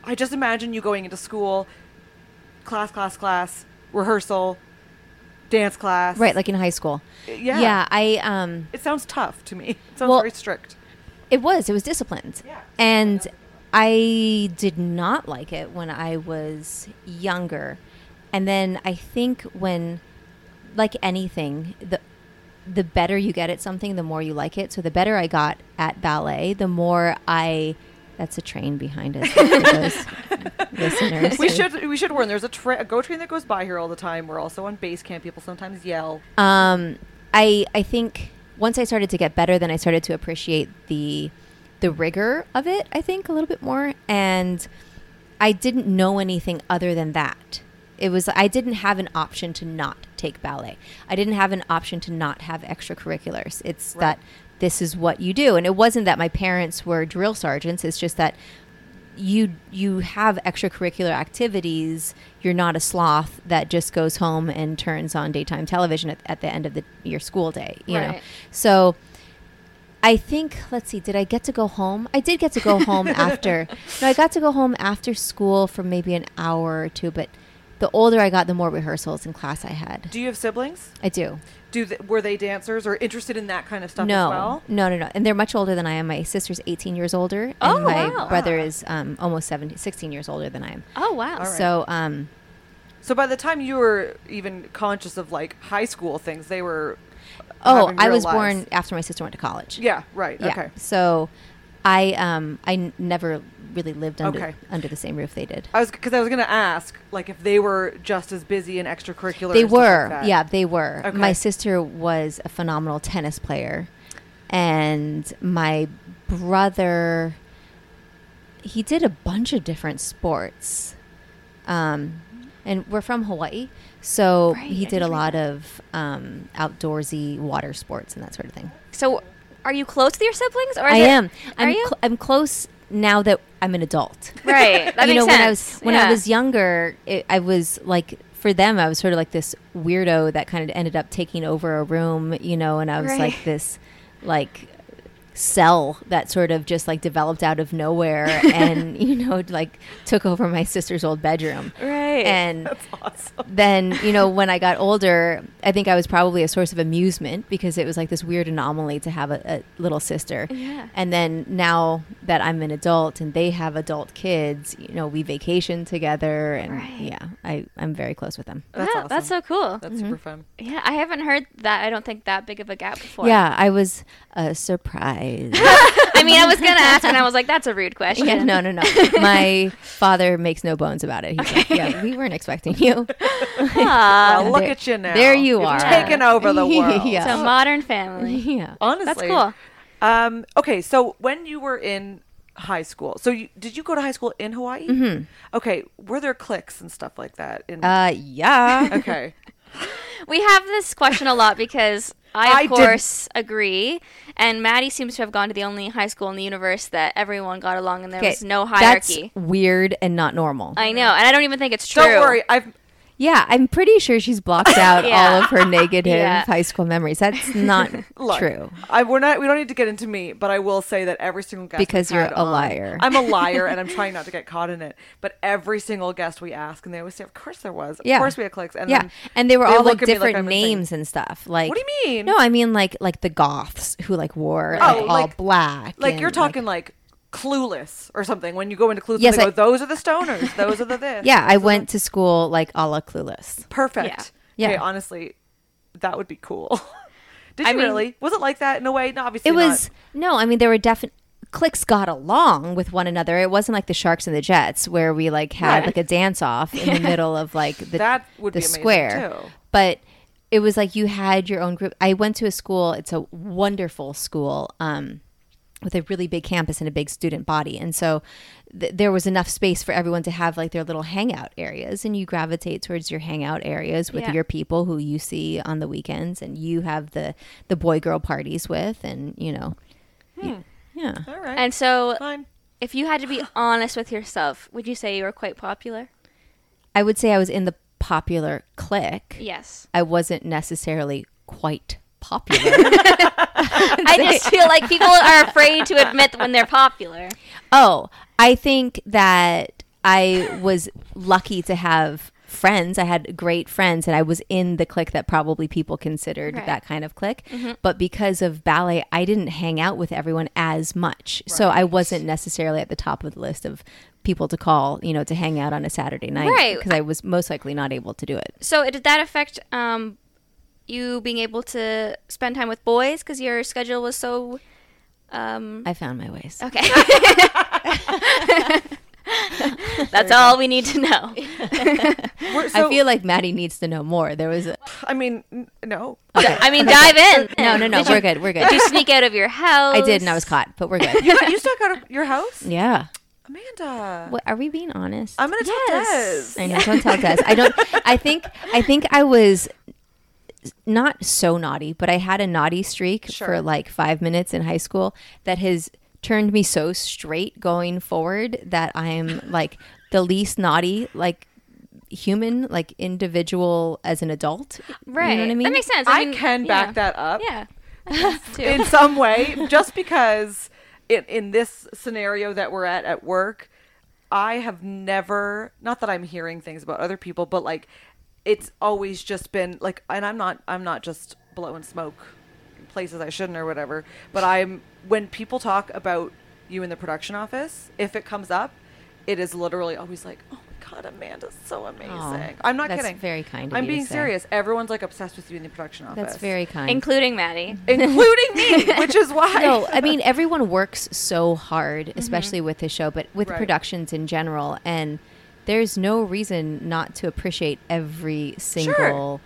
A: I just imagine you going into school, class, class, class, rehearsal, dance class.
B: Right, like in high school.
A: Yeah.
B: Yeah, I. Um,
A: It sounds tough to me. It sounds
B: Well-
A: very strict.
B: It was. It was disciplined.
A: Yeah.
B: And I did not like it when I was younger. And then I think when like anything, the the better you get at something, the more you like it. So the better I got at ballet, the more I That's a train behind us. for those listeners.
A: We should we should warn. There's a, tra- a go train that goes by here all the time. We're also on base camp. People sometimes yell.
B: Um, I I think once I started to get better, then I started to appreciate the the rigor of it. I think a little bit more, and I didn't know anything other than that. It was I didn't have an option to not take ballet. I didn't have an option to not have extracurriculars. It's that this is what you do, and it wasn't that my parents were drill sergeants. It's just that you you have extracurricular activities you're not a sloth that just goes home and turns on daytime television at, at the end of the your school day you know
C: Right.
B: so i think let's see did i get to go home i did get to go home after no i got to go home after school for maybe an hour or two but the older i got the more rehearsals in class i had
A: Do you have siblings?
B: i do
A: Do th- were they dancers or interested in that kind of stuff
B: no,
A: as well?
B: No, no, no. And they're much older than I am. My sister's 18 years older.
C: Oh,
B: and my
C: wow.
B: brother is um, almost 17, 16 years older than I am.
C: Oh wow.
A: All right.
B: So, um,
A: So by the time you were even conscious of like high school things, they were.
B: oh,
A: having
B: I
A: real
B: was
A: lives.
B: born after my sister went to college.
A: Yeah. Right.
B: Yeah.
A: Okay.
B: So I um, I n- never really lived under,
A: Okay.
B: under the same roof they did.
A: I was because I was going to ask like if they were just as busy in extracurricular.
B: They
A: and stuff
B: were.
A: like that.
B: yeah, they were.
A: Okay.
B: My sister was a phenomenal tennis player. And my brother, he did a bunch of different sports. Um, and we're from Hawaii. So
C: Right,
B: he
C: I
B: did a
C: did read
B: lot of um, outdoorsy water sports and that sort of thing.
C: So, are you close to your siblings? Or is
B: I
C: it-
B: am.
C: Are
B: I'm,
C: you?
B: cl- I'm close now that I'm an adult.
C: right. That
B: you
C: makes
B: know,
C: sense.
B: when I was when I
C: Yeah.
B: was younger, it, I was like for them, I was sort of like this weirdo that kind of ended up taking over a room, you know, and I was
C: Right.
B: like this like cell that sort of just like developed out of nowhere and you know like took over my sister's old bedroom
C: right.
B: and
A: Awesome.
B: then you know when i got older i think i was probably a source of amusement because it was like this weird anomaly to have a, a little sister
C: yeah.
B: and then now that I'm an adult and they have adult kids, you know, we vacation together and
C: Right.
B: yeah, I, I'm very close with them.
A: That's
C: Wow, that's so
A: awesome.
C: cool.
A: That's
B: Mm-hmm.
A: super fun.
C: Yeah, I haven't heard that. I don't think that big of a gap before.
B: Yeah, I was uh, surprised.
C: I mean, I was gonna ask, and I was like, "That's a rude question."
B: yeah, no, no, no. My father makes no bones about it. He's like, yeah, we weren't expecting you.
C: Aw.
A: Well, look
B: Uh, there-
A: at you now.
B: there you
A: You've
B: are.
A: taken over the world.
B: Yeah.
C: It's a modern family.
B: yeah.
A: Honestly,
C: That's cool.
A: Um, okay, so when you were in high school, so you, did you go to high school in Hawaii? Mm-hmm. Okay, were there cliques and stuff like that? In,
B: Uh, yeah.
A: okay,
C: We have this question a lot because I, of
A: I did-
C: course, agree. And Maddie seems to have gone to the only high school in the universe that everyone got along and there was no hierarchy. Uh,
B: That's weird and not normal.
C: I know, and I don't even think it's true.
A: don't worry. I've
B: yeah, I'm pretty sure she's blocked out
C: Yeah.
B: all of her negative
C: Yeah.
B: high school memories. That's not
A: look,
B: true.
A: I we're not. We don't need to get into me, but I will say that every single guest
B: Because
A: we've had
B: you're a
A: on-
B: liar.
A: I'm a liar, and I'm trying not to get caught in it. But every single guest we ask, and they always say, "Of course there was. Of
B: Yeah.
A: course we had cliques." And
B: yeah,
A: then
B: and they were all
A: look
B: like
A: at me like
B: different
A: I'm insane.
B: names and stuff. Like,
A: What do you mean?
B: No, I mean like like the Goths who like wore like,
A: Oh,
B: all
A: like-
B: black.
A: Like you're
B: and,
A: talking like, clueless or something. When you go into clueless,
B: Yes,
A: they go,
B: I-
A: "Those are the stoners. Those are the this."
B: yeah, I went to school like a la Clueless.
A: Perfect.
B: Yeah.
A: Yeah.
B: Yeah.
A: honestly, that would be cool. Did
C: I
A: you
C: mean-
A: really? Was it like that in a way? No, obviously
B: It was
A: not.
B: no, I mean there were definite cliques got along with one another. It wasn't like the Sharks and the Jets where we like had like a dance off in the middle of like the
A: That would
B: the
A: be amazing,
B: square.
A: too.
B: But it was like you had your own group. I went to a school. It's a wonderful school. Um, with a really big campus and a big student body. And so th- there was enough space for everyone to have like their little hangout areas. And you gravitate towards your hangout areas with
C: Yeah.
B: your people who you see on the weekends and you have the, the boy girl parties with. And, you know, y- yeah.
A: All right.
C: And so,
A: fine.
C: if you had to be honest with yourself, would you say you were quite popular?
B: I would say I was in the popular clique.
C: Yes.
B: I wasn't necessarily quite popular.
C: I just feel like people are afraid to admit when they're popular.
B: oh, I think that I was lucky to have friends. I had great friends, and I was in the clique that probably people considered
C: Right.
B: that kind of clique. But because of ballet, I didn't hang out with everyone as much. So I wasn't necessarily at the top of the list of people to call, you know, to hang out on a Saturday night.
C: Right.
B: Because I was most likely not able to do it.
C: So, did that affect um, you being able to spend time with boys because your schedule was so? Um,
B: I found my ways.
C: okay. That's all we need to know.
A: We're- so-
B: I feel like Maddie needs to know more. There was a,
A: I mean, n- no.
C: I mean, dive in.
B: no, no, no.
C: Did
B: we're
C: you,
B: good. We're
C: Did
B: good.
C: you sneak out of your house?
B: I did, and I was caught, but we're good.
A: You, you stuck out of your house,
B: yeah.
A: Amanda.
B: What, are we being honest?
A: I'm gonna
C: Yes.
A: tell Des.
B: I know. Don't tell Des. I don't. I think. I think I was not so naughty, but I had a naughty streak for
A: Sure.
B: like five minutes in high school that has turned me so straight going forward that I'm like the least naughty, like human, like individual as an adult.
C: Right.
B: You know what I mean?
C: That makes sense. I,
A: I
C: mean,
A: can
C: yeah.
A: back that up.
C: Yeah. I guess, too.
A: in some way just because in, in this scenario that we're at at work i have never not that i'm hearing things about other people but like it's always just been like and i'm not i'm not just blowing smoke in places i shouldn't or whatever but i'm when people talk about you in the production office if it comes up it is literally always like oh my god amanda's so amazing i'm not
B: that's
A: kidding
B: very kind of
A: i'm
B: you to
A: being
B: say.
A: serious everyone's like obsessed with you in the production office
B: That's very kind.
C: including Maddie.
A: including me, which is why.
B: no, I mean everyone works so hard, especially with this show, but with
A: Mm-hmm. Right.
B: productions in general. And there's no reason not to appreciate every single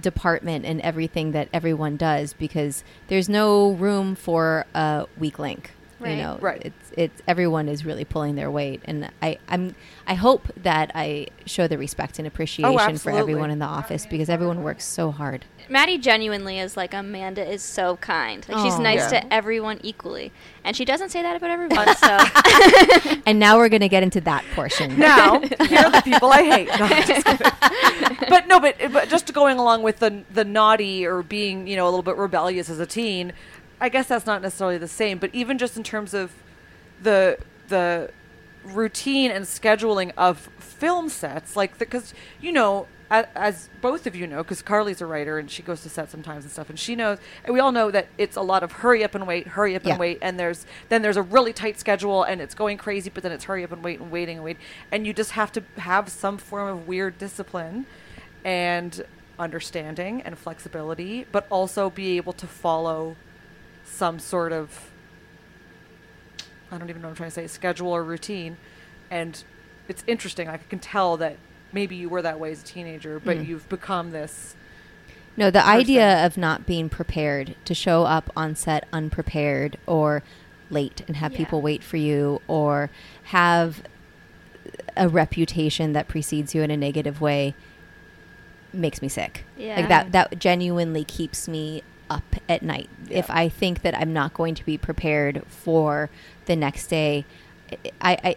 B: department and everything that everyone does because there's no room for a weak link.
C: Right.
B: You know,
A: Right.
B: It's it's everyone is really pulling their weight, and I I'm I hope that I show the respect and appreciation for
A: absolutely.
B: everyone in the office because everyone works so hard.
C: Maddie genuinely is like Amanda is so kind. Like she's
B: Aw.
C: nice
A: Yeah.
C: to everyone equally, and she doesn't say that about everyone. So
B: And now we're gonna get into that portion.
A: now here are the people I hate. No, I'm just kidding. but no, but but just going along with the the naughty or being you know a little bit rebellious as a teen, I guess that's not necessarily the same. But even just in terms of the the routine and scheduling of film sets, like because you know. a- As both of you know, because Carly's a writer and she goes to set sometimes and stuff, and she knows, and we all know that it's a lot of hurry up and wait, hurry up and
B: Yeah.
A: wait, and there's then there's a really tight schedule and it's going crazy but then it's hurry up and wait and waiting and wait and you just have to have some form of weird discipline and understanding and flexibility but also be able to follow some sort of I don't even know what I'm trying to say schedule or routine and it's interesting I can tell that maybe you were that way as a teenager
B: Hmm.
A: but you've become this
B: No, the idea of not being prepared to show up on set unprepared or late and have
C: Yeah.
B: people wait for you or have a reputation that precedes you in a negative way makes me sick.
C: Yeah.
B: Like that that genuinely keeps me up at night. If I think that I'm not going to be prepared for the next day, I, I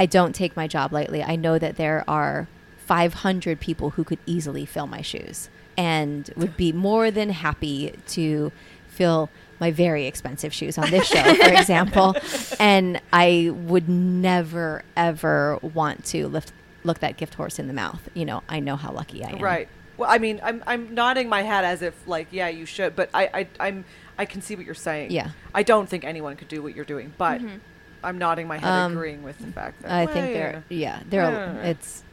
B: I don't take my job lightly. I know that there are 500 people who could easily fill my shoes and would be more than happy to fill my very expensive shoes on this show, for example. And I would never, ever want to lift, look that gift horse in the mouth. You know, I know how lucky I am.
A: Right. Well, I mean, I'm I'm nodding my head as if like, yeah, you should, but I, I I'm I can see what you're saying.
B: Yeah.
A: I don't think anyone could do what you're doing, but
C: Mm-hmm.
A: I'm nodding my head,
B: Um,
A: agreeing with the fact that
B: I think
A: well,
B: they're,
A: yeah.
B: yeah, they're,
A: Yeah.
B: it's,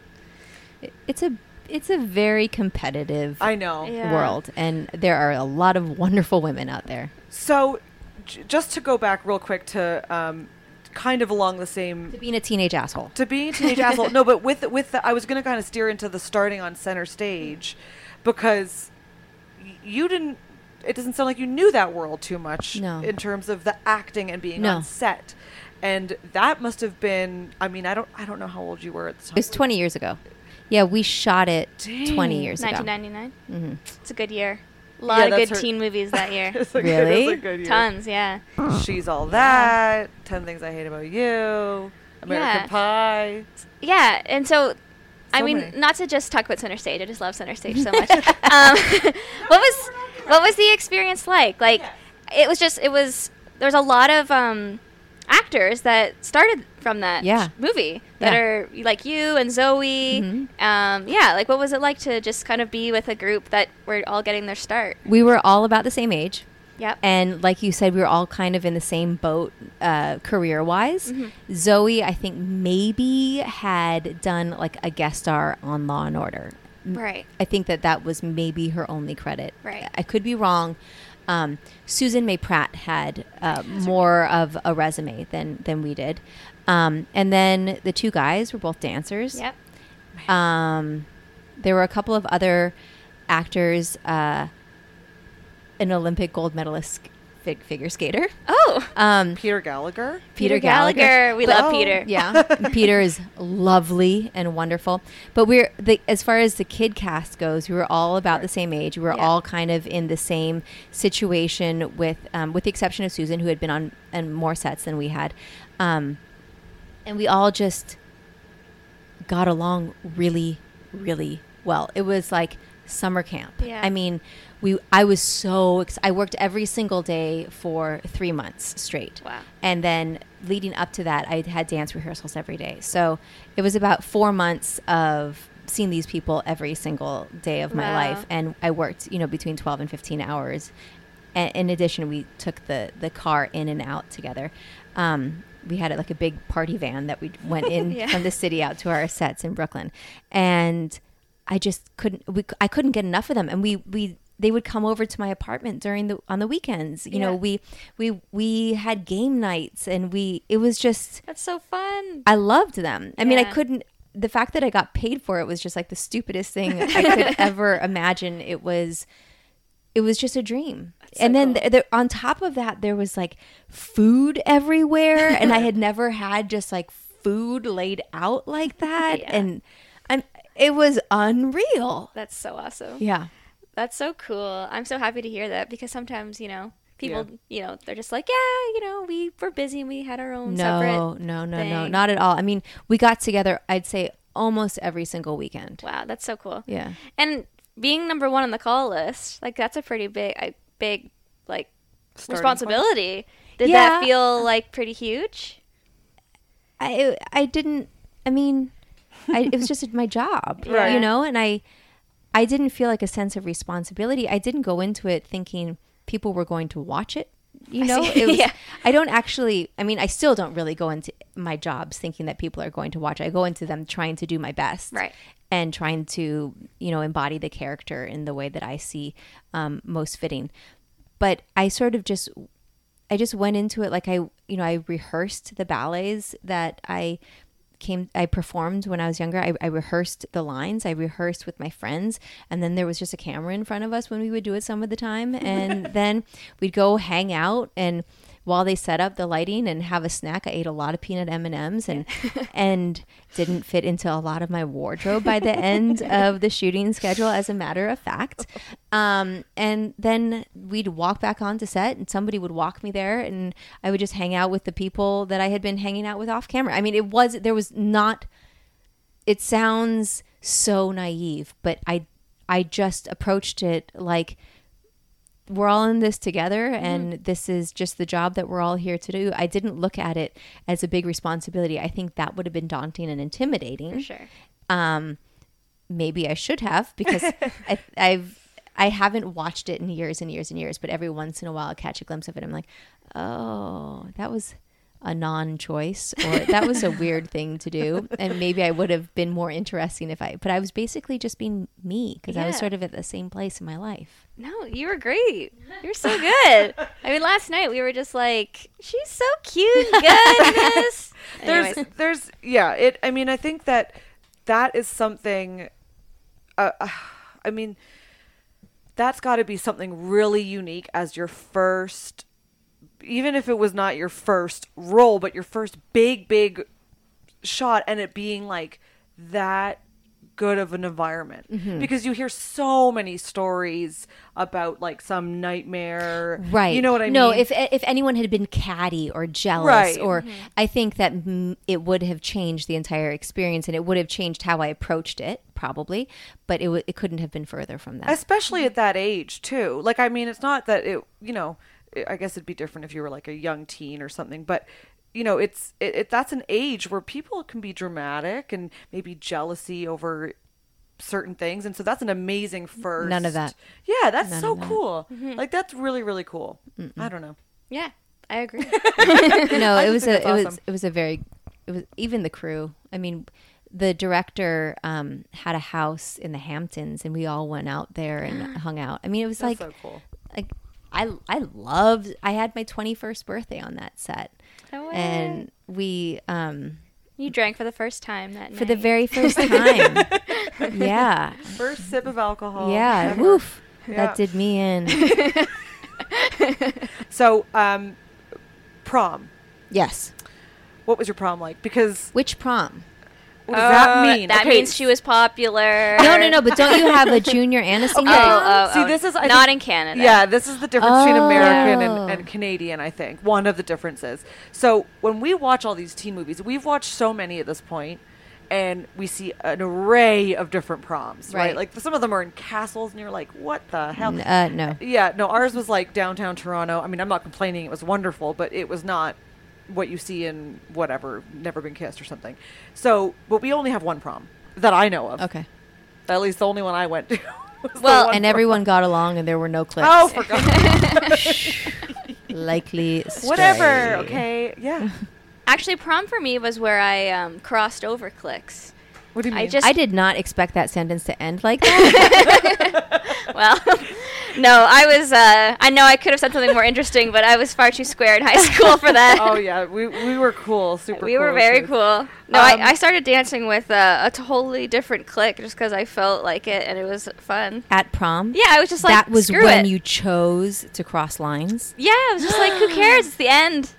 B: it's a, it's a very competitive
A: I know.
C: Yeah.
B: world. And there are a lot of wonderful women out there.
A: So, j- just to go back real quick to um, kind of along the same
B: To being a teenage asshole.
A: to being a teenage asshole. No, but with with the, I was going to kind of steer into the starting on center stage because y- you didn't. It doesn't sound like you knew that world too much
B: No.
A: in terms of the acting and being
B: No.
A: on set, and that must have been. I mean, I don't. I don't know how old you were at the time.
B: It was 20 years ago. Yeah, we shot it 20 years ago.
C: 1999.
B: Mhm.
C: It's a good year. A lot
A: Yeah,
C: of
A: that's
C: good
A: her-
C: teen movies that year.
A: It's a good-
B: Really?
A: it's a good year.
C: Tons, yeah.
A: She's all that. Ten things I hate about you. American
C: Yeah.
A: Pie.
C: Yeah, and so, I
A: So
C: mean,
A: many.
C: not to just talk about Center Stage. I just love Center Stage so much. um, what was what was the experience like? Like, it was just it was there was a lot of um, actors that started from that
B: Yeah.
C: sh- movie that
B: Yeah. Mm-hmm.
C: are like you and Zoe. Um, yeah, like what was it like to just kind of be with a group that were all getting their start?
B: We were all about the same age.
C: Yep.
B: And like you said, we were all kind of in the same boat uh, career wise.
C: Mm-hmm.
B: Zoe, I think, maybe had done like a guest star on Law and Order.
C: right.
B: I think that that was maybe her only credit.
C: Right.
B: I could be wrong. Um, Susan May Pratt had uh, more of a resume than than we did, um, and then the two guys were both dancers.
C: Yep.
B: Um, there were a couple of other actors, uh, an Olympic gold medalist fig- figure skater,
C: Oh,
B: um,
A: Peter Gallagher.
B: Peter, Gallagher. Oh,
C: We
A: But-
C: love Peter.
B: Yeah, Peter is lovely and wonderful. But we're the, as far as the kid cast goes, we were all about the same age. We were all kind of in the same situation, with um, with the exception of Susan, who had been on and more sets than we had, um, and we all just got along really, really well. It was like summer camp.
C: Yeah.
B: I mean, we I was so ex- I worked every single day for three months straight.
C: Wow.
B: And then leading up to that, I had dance rehearsals every day. So it was about four months of seeing these people every single day of my
C: Wow.
B: life, and I worked you know between twelve and fifteen hours. And in addition, we took the the car in and out together. Um, we had like a big party van that we went in
C: Yeah.
B: from the city out to our sets in Brooklyn, and I just couldn't. We I couldn't get enough of them, and we we they would come over to my apartment during the on the weekends. You know,
C: Yeah.
B: we we we had game nights, and we it was just
C: That's so fun.
B: I loved them. I mean, I
C: Yeah.
B: couldn't. The fact that I got paid for it was just like the stupidest thing I could ever imagine. It was, it was just a dream. and then th- there- on top of that, there was like food everywhere, and I had never had just like food laid out like that.
C: Yeah.
B: And I'm, it was unreal.
C: That's so awesome.
B: Yeah.
C: That's so cool. I'm so happy to hear that because sometimes, you know, people, you know, they're just like, yeah, you know, we were busy and we had our own
B: No,
C: separate.
B: no, no, no,
C: thing.
B: not at all. I mean, we got together. I'd say almost every single weekend.
C: Wow, that's so cool.
B: Yeah.
C: And being number one on the call list, like that's a pretty big, I big, like
A: Starting
C: responsibility. Did
B: Yeah.
C: that feel like pretty huge?
B: I I didn't. I mean, I, it was just my job,
A: Right.
B: you know. And I I didn't feel like a sense of responsibility. I didn't go into it thinking people were going to watch it. You
C: I
B: know,
C: see.
B: it was,
C: Yeah.
B: I don't actually. I mean, I still don't really go into my jobs thinking that people are going to watch. it. I go into them trying to do my best,
C: Right.
B: and trying to you know embody the character in the way that I see um, most fitting. But I sort of just I just went into it like I, you know, I rehearsed the ballets that I came, I performed when I was younger. I, I rehearsed the lines, I rehearsed with my friends, and then there was just a camera in front of us when we would do it some of the time. And then we'd go hang out and while they set up the lighting and have a snack, I ate a lot of peanut M and M's and and didn't fit into a lot of my wardrobe by the end of the shooting schedule. As a matter of fact, um, and then we'd walk back onto set, and somebody would walk me there, and I would just hang out with the people that I had been hanging out with off camera. I mean, it was there was not. It sounds so naive, but I I just approached it like we're all in this together and this is just the job that we're all here to do. I didn't look at it as a big responsibility. I think that would have been daunting and intimidating.
C: For sure.
B: Maybe I should have because I, I've I haven't watched it in years and years and years, but every once in a while I catch a glimpse of it. I'm like, "Oh, that was a non-choice or that was a weird thing to do." And maybe I would have been more interesting if I but I was basically just being me because I was
C: Yeah.
B: sort of at the same place in my life.
C: No, you were great. You're so good. I mean, last night we were just like, she's so cute and good in this.
A: there's
C: Anyways,
A: there's yeah it i mean i think that that is something uh, uh, i mean that's got to be something really unique as your first even if it was not your first role but your first big big shot and it being like that good of an environment
B: Mm-hmm.
A: because you hear so many stories about like some nightmare
B: Right.
A: you know what i
B: No,
A: mean
B: if eh, if anyone had been catty or jealous,
A: Right. Mm-hmm.
B: or I think that mm, it would have changed the entire experience, and it would have changed how I approached it, probably. But it w- it couldn't have been further from that.
A: especially at that age too like i mean it's not that it you know i- i guess it'd be different if you were like a young teen or something but you know it's it, it that's an age where people can be dramatic and maybe jealousy over certain things and so that's an amazing first
B: None of that.
A: yeah that's so cool
C: Mm-hmm.
A: like that's really really cool i don't know
C: yeah, I agree.
B: no,
A: I
B: it
A: just
B: was
A: think
B: a
A: that's
B: it was
A: awesome.
B: it was a very it was even the crew. I mean, the director um, had a house in the Hamptons, and we all went out there and hung out. I mean, it was
A: that's
B: like
A: so cool
B: like I I loved. I had my 21st birthday on that set, and we um
C: you drank for the first time that night.
B: for the very first time. yeah,
A: First sip of alcohol.
B: yeah.
A: ever.
B: Woof.
A: Yeah.
B: That did me in.
A: So, um, prom.
B: yes.
A: What was your prom like? Because
B: Which prom?
A: what does that
C: Oh,
A: mean?
C: That
A: Okay,
C: means she was popular.
B: No, no, no. But don't you have a junior and a senior?
C: Oh,
B: prom?
C: oh,
A: See,
C: oh,
A: this is- I
C: not
A: think-
C: in Canada.
A: Yeah, this is the difference between American
B: Oh.
A: and, and Canadian, I think. One of the differences. So when we watch all these teen movies, we've watched so many at this point, and we see an array of different proms, right?
B: Right.
A: Like some of them are in castles, and you're like, what the hell?
B: N- Uh, no.
A: Yeah, no, ours was like downtown Toronto. I mean, I'm not complaining; it was wonderful, but it was not what you see in whatever "Never Been Kissed" or something. So, but we only have one prom that I know of.
B: Okay.
A: At least the only one I went to. was the
C: Well,
A: one
B: And
A: prom.
B: everyone got along, and there were no clips.
A: Oh, for God's
B: likely. Stray.
A: Whatever. Okay. Yeah.
C: Actually, prom for me was where I um, crossed over clicks.
A: What do you mean?
C: I just
B: I did not expect that sentence to end like that.
C: well, no, I was. Uh, I know I could have said something more interesting, but I was far too square in high school for that.
A: Oh yeah, we we were cool. Super.
C: we were
A: cool
C: very
A: kids.
C: cool.
A: Um,
C: No, I, I started dancing with uh, a totally different clique just because I felt like it and it was fun.
B: At prom?
C: Yeah, I was just like,
B: that was
C: screw
B: when
C: it.
B: you chose to cross lines.
C: Yeah, I was just like, who cares? It's the end.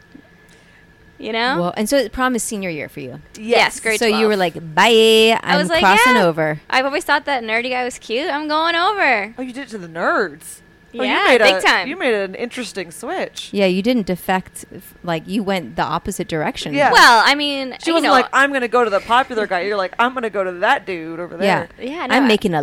C: You know?
B: Well, and so prom is senior year for you.
C: yes, grade
B: so you
C: 12.
B: were like, bye. I'm
C: was like,
B: crossing
C: yeah.
B: over.
C: I've always thought that nerdy guy was cute. I'm going over.
A: Oh, you did it to the nerds. Oh, you
C: Yeah,
A: made
C: big
A: a-
C: time.
A: You made an interesting switch.
B: Yeah, you didn't defect. f- Like you went the opposite direction.
A: Yeah.
C: Well, I mean,
A: She
C: you
A: wasn't
C: know,
A: like, I'm gonna go to the popular guy. You're like, I'm gonna go to that dude over
B: Yeah.
A: there.
C: yeah, no,
B: I'm making a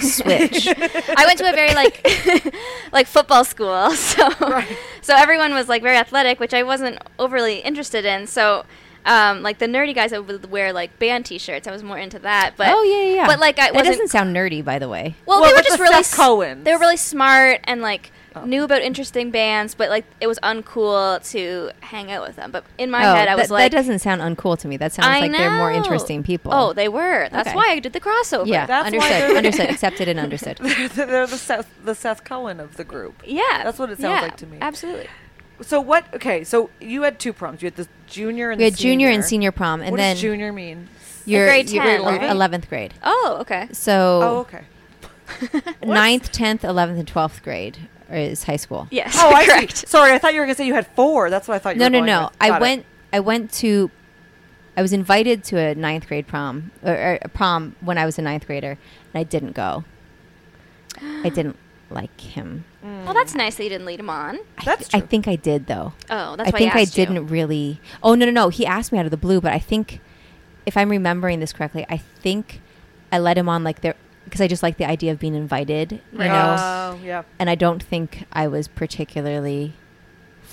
B: switch.
C: I went to a very like like football school, so
A: Right.
C: so everyone was like very athletic, which I wasn't overly interested in. So um, like the nerdy guys that would wear like band T-shirts, I was more into that. But
B: oh yeah, yeah, yeah.
C: But like I
B: that
C: wasn't.
B: doesn't sound nerdy, by the way.
C: well,
A: Well,
C: they were
A: with
C: just
A: the
C: really
A: Seth Cohens.
C: They were really smart and like
A: Oh.
C: knew about interesting bands, but like it was uncool to hang out with them. But in my
B: oh,
C: head, I
B: that,
C: was
B: that
C: like,
B: doesn't sound uncool to me. That sounds
C: I
B: like they're more
C: know.
B: interesting people.
C: Oh, they were. That's
B: Okay.
C: why I did the crossover.
B: yeah,
A: That's why
B: understood,
A: they're-
B: understood, accepted, and understood.
A: They're the Seth, the Seth Cohen of the group.
C: Yeah,
A: That's what it sounds like to me.
C: Absolutely.
A: So what? Okay, so you had two proms. You had the junior and
B: We had
A: senior.
B: junior and senior prom, and
A: what
B: then
A: does junior mean?
B: you're
C: grade
B: you're
C: 10,
A: right?
B: eleventh grade.
C: Oh, okay.
A: Oh,
B: So
A: okay.
B: ninth, tenth, eleventh, and twelfth grade is high school.
C: Yes.
A: Oh, I
C: correct.
A: see. Sorry, I thought you were gonna say you had four. That's what I thought. you
B: No,
A: were
B: no,
A: going
B: no.
A: with.
B: I
A: Got it.
B: went. I went to. I was invited to a ninth grade prom or, or a prom when I was a ninth grader, and I didn't go. I didn't like him.
A: Mm.
C: Well, that's nice that you didn't lead him on.
A: That's
B: I
A: true.
B: think I did though.
C: Oh, that's
B: I
C: why
B: think
C: he
B: I
C: asked you.
B: didn't really. Oh no, no, no. He asked me out of the blue, but I think, if I'm remembering this correctly, I think I let him on like there because I just like the idea of being invited, you
C: Right.
B: know.
A: Oh, yeah.
B: and I don't think I was particularly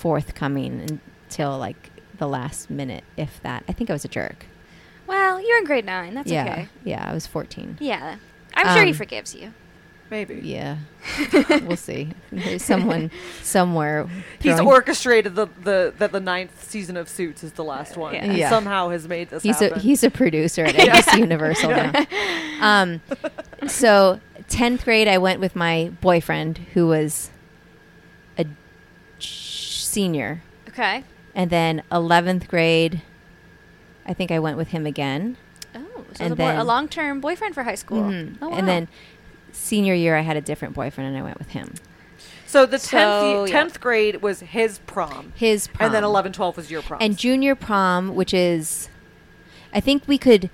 B: forthcoming until like the last minute, if that. I think I was a jerk.
C: Well, you're in grade nine. That's
B: yeah,
C: okay.
B: yeah. I was 14.
C: Yeah. I'm sure he
B: Um,
C: forgives you.
A: Maybe.
B: Yeah, we'll see. There's someone somewhere.
A: He's
B: throwing-
A: orchestrated the, the that the ninth season of Suits is the last one, and
B: Yeah.
A: somehow has made this
B: He's
A: happen.
B: a he's a producer at NBC Universal now. Um, so tenth grade, I went with my boyfriend who was a j- senior,
C: Okay.
B: and then eleventh grade, I think I went with him again.
C: Oh, so
B: And
C: the boy- a
B: then-
C: long-term boyfriend for high school.
B: Mhm.
C: Oh,
B: And
C: wow.
B: then senior year, I had a different boyfriend, and I went with him.
A: so the tenth
C: So,
A: ye-
C: yeah.
A: tenth grade was his prom,
B: His prom,
A: and then 11, 12 was your prom.
B: and junior prom, which is, I think we could.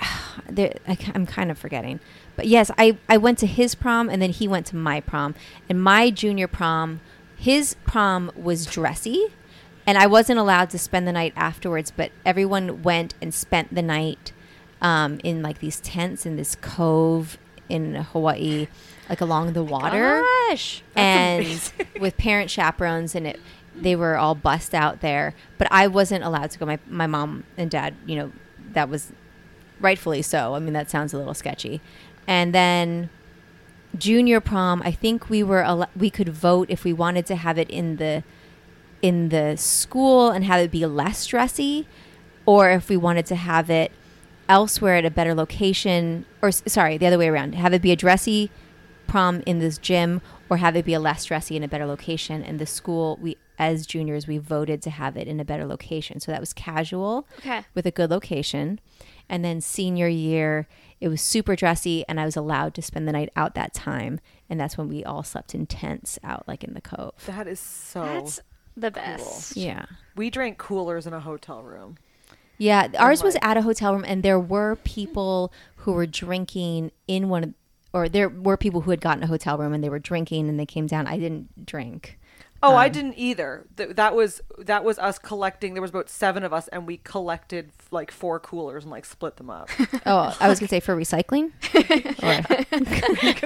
B: There, I, ca- I'm kind of forgetting, but yes, I I went to his prom, and then he went to my prom, and my junior prom, his prom was dressy. And I wasn't allowed to spend the night afterwards, but everyone went and spent the night um, in like these tents in this cove in Hawaii, like along the
C: Oh
B: water
C: Gosh.
A: That's
B: and with parent chaperones and it they were all bussed out there but i wasn't allowed to go my, my mom and dad you know that was rightfully so i mean that sounds a little sketchy and then junior prom i think we were al- we could vote if we wanted to have it in the in the school and have it be less dressy or if we wanted to have it elsewhere at a better location or s- sorry the other way around have it be a dressy prom in this gym or have it be a less stressy in a better location. And the school, we as juniors, we voted to have it in a better location. So that was casual
C: Okay.
B: with a good location. And then senior year, it was super dressy, and I was allowed to spend the night out that time. And that's when we all slept in tents out, like in the cove.
A: That is so.
C: That's the best.
B: Yeah.
A: We drank coolers in a hotel room.
B: Yeah, ours was
A: Oh my.
B: at a hotel room, and there were people who were drinking in one of, or there were people who had gotten a hotel room and they were drinking and they came down. I didn't drink.
A: Oh, I didn't either. Th- that was that was us collecting. There was about seven of us, and we collected f- like four coolers and like split them up.
B: Oh, I was gonna say for recycling.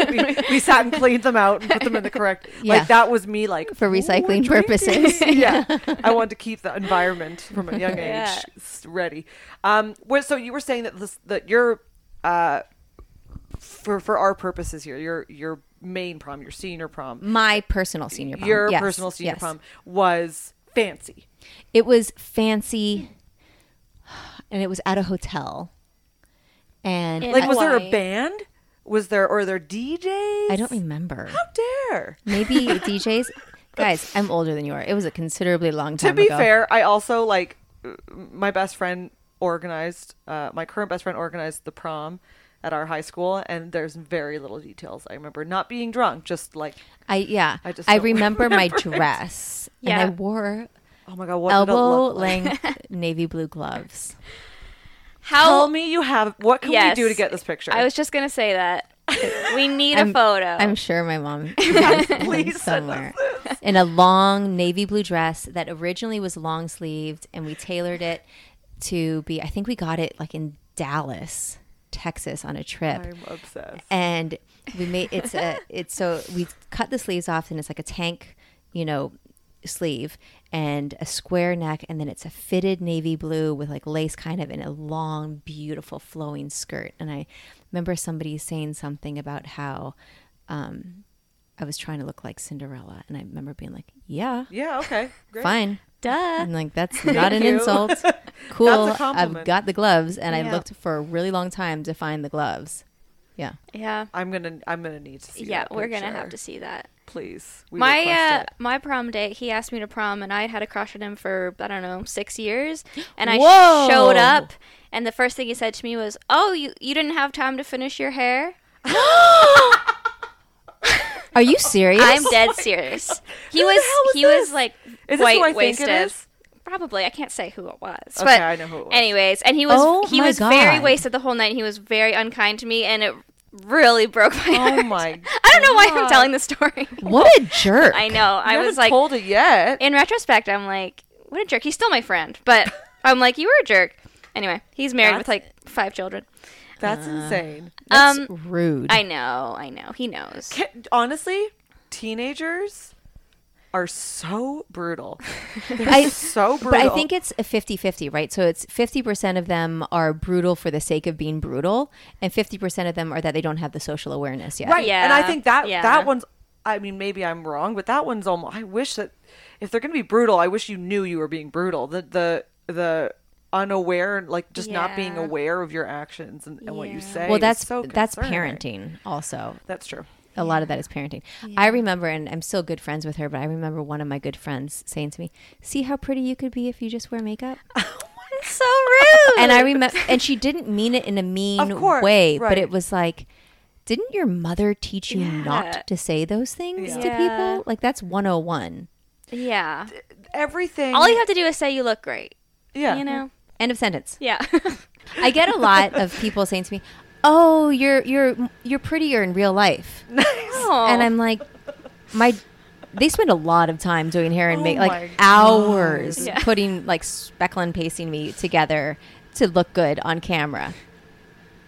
B: Or-
A: we, we sat and cleaned them out and put them in the correct.
B: Yeah.
A: Like that was me, like
B: For
A: "Ooh, we're
B: recycling
A: drinking."
B: purposes.
A: yeah, I wanted to keep the environment from a young age
C: Yeah.
A: s- ready. Um, where, so you were saying that this, that your uh, for for our purposes here, your your main prom, your senior prom,
B: my personal senior prom.
A: your
B: Yes,
A: personal senior
B: yes.
A: prom was fancy.
B: It was fancy, and it was at a hotel. And
C: In
A: Like, was there a
C: Hawaii.
A: band? Was there or there DJs?
B: I don't remember.
A: How dare?
B: Maybe DJs. Guys, I'm older than you are. It was a considerably long
A: To
B: time
A: be
B: ago.
A: fair, I also like my best friend organized. Uh, my current best friend organized the prom at our high school, and there's very little details. I remember not being drunk, just like
B: I yeah.
A: I
B: I
A: just
B: just I
A: don't
B: remember, my dress.
C: Yeah.
B: And I wore
A: oh my god, what did it
B: elbow
A: look like?
B: length navy blue gloves.
A: Tell
C: How
A: me you have what can
C: oh, Yes.
A: we do to get this picture?
C: I was just gonna say that. we need
B: I'm-
C: a photo.
B: I'm sure my mom has one
A: Please send
B: somewhere. In a long navy blue dress that originally was long sleeved and we tailored it to be I think we got it like in Dallas, Texas on a trip.
A: I'm obsessed.
B: and we made it's a it's so we cut the sleeves off and it's like a tank you know sleeve and a square neck and then it's a fitted navy blue with like lace kind of and a long beautiful flowing skirt and i remember somebody saying something about how um i was trying to look like cinderella and i remember being like yeah
A: Yeah. Okay. Great.
B: fine
C: Duh.
B: I'm like that's not an
A: you.
B: insult cool i've
A: compliment.
B: got the gloves and i
C: Yeah.
B: looked for a really long time to find the gloves yeah
C: Yeah.
A: I'm gonna. I'm gonna need to see.
C: Yeah,
A: that
C: we're gonna have to
A: picture.
C: see that.
A: Please. We
C: my
A: request
C: uh,
A: it.
C: my prom date, he asked me to prom, and I had a crush on him for I don't know six years, and I
B: Whoa.
C: showed up, and the first thing he said to me was, "Oh, you you didn't have time to finish your hair."
B: Are you serious?
C: I'm dead serious.
A: Oh Who
C: He
A: the
C: was
A: hell was
C: he
A: this?
C: was like
A: Is this who
C: white
A: I think it
C: wasted.
A: is?
C: Probably I can't say who it was.
A: Okay,
C: but
A: I know who it was.
C: Anyways, and he was
B: Oh
C: he
B: my
C: was very
B: God.
C: wasted the whole night. He was very unkind to me, and it really broke my
A: Oh
C: heart.
A: my.
C: I don't know why I'm
A: God.
C: telling this story.
B: what a jerk.
C: I know.
A: You
C: I was
A: haven't
C: like
A: told it yet.
C: in retrospect, I'm like, what a jerk. He's still my friend, but I'm like, you were a jerk. Anyway, he's married with like five children. Uh,
A: That's insane.
B: That's
C: um,
B: rude.
C: I know, I know. He knows.
A: Can, honestly, teenagers are so brutal. They're
B: I-
A: so brutal.
B: but I think it's a 50-50, right? So it's 50% of them are brutal for the sake of being brutal and 50% of them are that they don't have the social awareness yet.
A: right. And I
C: Yeah,
A: think that
C: yeah.
A: that one's. I mean, maybe I'm wrong, but that one's almost. I wish that if they're going to be brutal, I wish you knew you were being brutal. The the the unaware, like just not being
C: Yeah.
A: aware of your actions and, and what you say.
B: Well,
A: is
B: that's
A: so
B: that's
A: concerning.
B: parenting also.
A: That's true.
B: A lot of that is parenting. I remember and I'm still good friends with her, but I remember one of my good friends saying to me, "See how pretty you could be if you just wear makeup?"
C: It's so rude.
B: and I remember, and she didn't mean it in a mean
A: Of course,
B: way, but
A: right.
B: it was like, didn't your mother teach you
C: Yeah.
B: not to say those things to
C: Yeah.
B: people? Like that's 101.
C: yeah.
A: Everything.
C: All you have to do is say you look great.
A: yeah.
C: You know?
B: End of sentence.
C: Yeah.
B: I get a lot of people saying to me, "Oh, you're you're you're prettier in real life,"
C: Oh.
B: and I'm like, my. They spend a lot of time doing hair and
A: Oh
B: make
A: my
B: like
A: God.
B: hours
C: Yeah.
B: putting like speckle and pasting me together to look good on camera.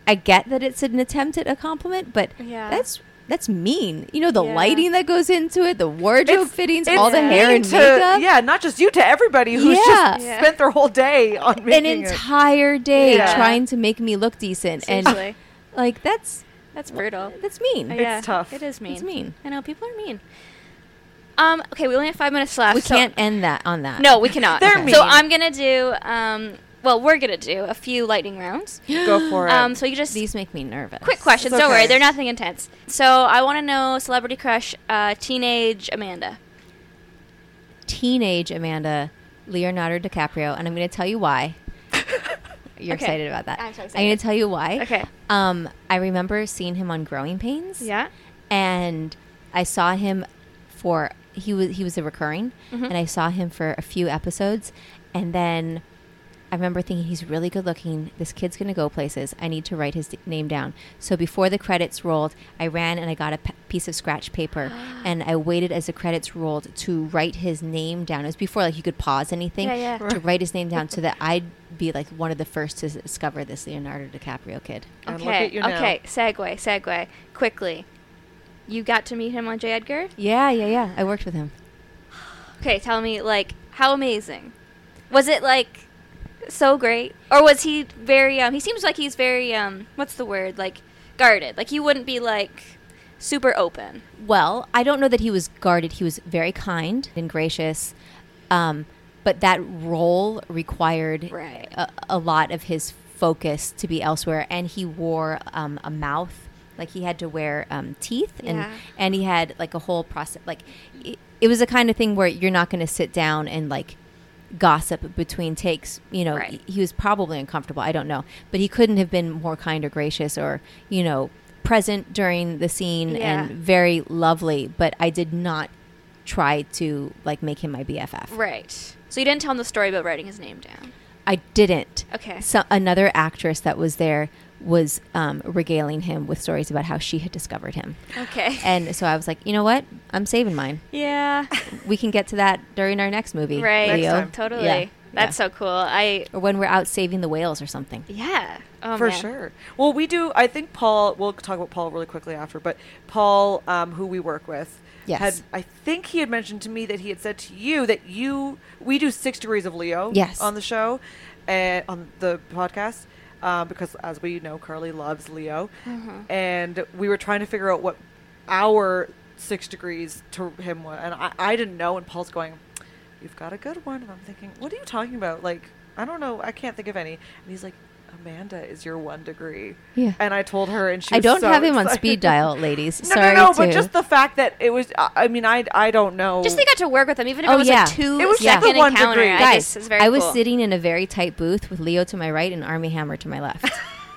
B: I get that it's an attempt at a compliment, but
C: Yeah.
B: that's that's mean. You know the
C: Yeah.
B: lighting that goes into it, the wardrobe
A: It's-
B: fittings,
A: it's
B: all the hair
A: mean
B: and
A: to-
B: makeup,
A: Yeah, not just you, to everybody who's
B: Yeah.
A: just
C: Yeah.
A: spent their whole day on
B: an
A: making it.
B: entire day
A: Yeah.
B: trying to make me look decent, and
C: Seriously.
B: like that's
C: That's brutal.
B: that's mean.
C: yeah,
A: tough.
C: It is mean.
B: It's mean.
C: I know people are mean. Um,
A: Uh,
C: okay, we only have five minutes left.
B: We
C: so-
B: can't end that on that.
C: No, we cannot.
A: They're
C: So
A: mean.
C: I'm gonna do um well, we're gonna do a few lightning rounds.
A: Go for it.
C: Um, so you just
B: These make me nervous.
C: quick questions. Don't
A: okay.
C: worry, they're nothing intense. So I want to know celebrity crush, uh, teenage Amanda.
B: Teenage Amanda, Leonardo DiCaprio, and I'm going to tell you why. You're
C: Okay.
B: excited about that.
C: I'm so
B: I'm going
C: excited.
B: to tell you why.
C: Okay.
B: Um, I remember seeing him on Growing Pains.
C: Yeah.
B: and I saw him for he was he was a recurring, and I saw him for a few episodes, and then I remember thinking he's really good looking. This kid's gonna go places. I need to write his d- name down. So before the credits rolled, I ran and I got a p- piece of scratch paper, and I waited as the credits rolled to write his name down. It was before like you could pause anything
C: Yeah, yeah.
B: to write his name down, so that I'd be like one of the first to s- discover this Leonardo DiCaprio kid.
A: And
C: Okay.
A: look at you now.
C: Okay. Segue. Segue. Quickly. You got to meet him on J. Edgar.
B: Yeah, yeah, yeah. I worked with him.
C: Okay. Tell me, like, how amazing was it? Like, so great, or was he very? Um, he seems like he's very. Um, what's the word? Like, guarded. Like he wouldn't be like super open.
B: Well, I don't know that he was guarded. He was very kind and gracious, um, but that role required
C: Right.
B: a, a lot of his focus to be elsewhere. And he wore um, a mouth, like he had to wear um, teeth,
C: Yeah.
B: and and he had like a whole process. Like it, it was the kind of thing where you're not going to sit down and like gossip between takes. You know,
C: Right.
B: he was probably uncomfortable. I don't know, but he couldn't have been more kind or gracious or you know present during the scene
C: Yeah.
B: and very lovely. But I did not try to like make him my BFF.
C: Right. So you didn't tell him the story about writing his name down.
B: I didn't.
C: Okay.
B: So another actress that was there was um, regaling him with stories about how she had discovered him,
C: Okay.
B: and so I was like, you know what? I'm saving mine.
C: yeah.
B: We can get to that during our next movie,
C: Right.
A: Next
B: Leo.
A: time.
C: Totally.
B: Yeah,
C: That's
B: yeah.
C: so cool. I
B: Or when we're out saving the whales or something.
C: yeah. Oh,
A: for
C: man.
A: sure. Well, we do. I think Paul. We'll talk about Paul really quickly after, but Paul, um, who we work with,
B: Yes.
A: had I think he had mentioned to me that he had said to you that you we do six degrees of Leo.
B: Yes.
A: on the show, and on the podcast. Um, because as we know, Carly loves Leo, and we were trying to figure out what our six degrees to him was, and I, I didn't know. And Paul's going, "You've got a good one," and I'm thinking, "What are you talking about? Like, I don't know. I can't think of any." And he's like, "Amanda is your one degree."
B: Yeah.
A: And I told her, and she.
B: I
A: was
B: don't
A: so
B: have him on
A: excited.
B: speed dial, ladies.
A: No,
B: Sorry
A: no, no. But
B: to-
A: just the fact that it was. I I mean, I I don't know.
C: Just they got to work with him, even if
B: Oh,
C: it was
B: yeah.
C: a two
A: It was
B: just
C: second
A: the one
C: encounter.
A: degree.
C: I
B: guys.
C: guess it's very
B: I was
C: cool.
B: sitting in a very tight booth with Leo to my right and Army Hammer to my left.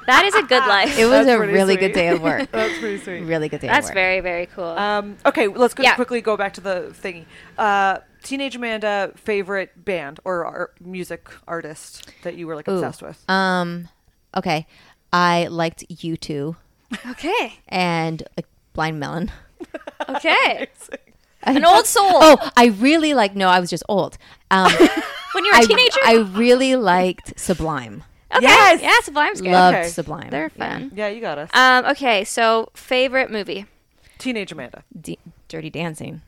C: That is a good life.
B: It was
A: That's
B: a
A: pretty
B: really
A: sweet.
B: good day of work.
A: That's pretty sweet.
B: really good day.
C: That's
B: of work.
C: very very cool.
A: Um, okay, let's go
C: Yeah.
A: quickly go back to the thingy. Uh, Teenage Amanda, favorite band or ar- music artist that you were like obsessed with?
B: Um, okay, I liked you two
C: okay.
B: and like Blind Melon.
C: Okay.
B: An
C: old soul.
B: Oh, I really like. No, I was just old. Um,
C: when you were a
B: I,
C: teenager.
B: I really liked Sublime.
C: okay.
A: Yes!
C: Yeah, Sublime's good.
B: Loved
A: Okay.
B: Sublime.
C: They're fun.
A: yeah, you got us.
C: Um, okay, so favorite movie.
A: Teenage Amanda.
B: D- Dirty Dancing.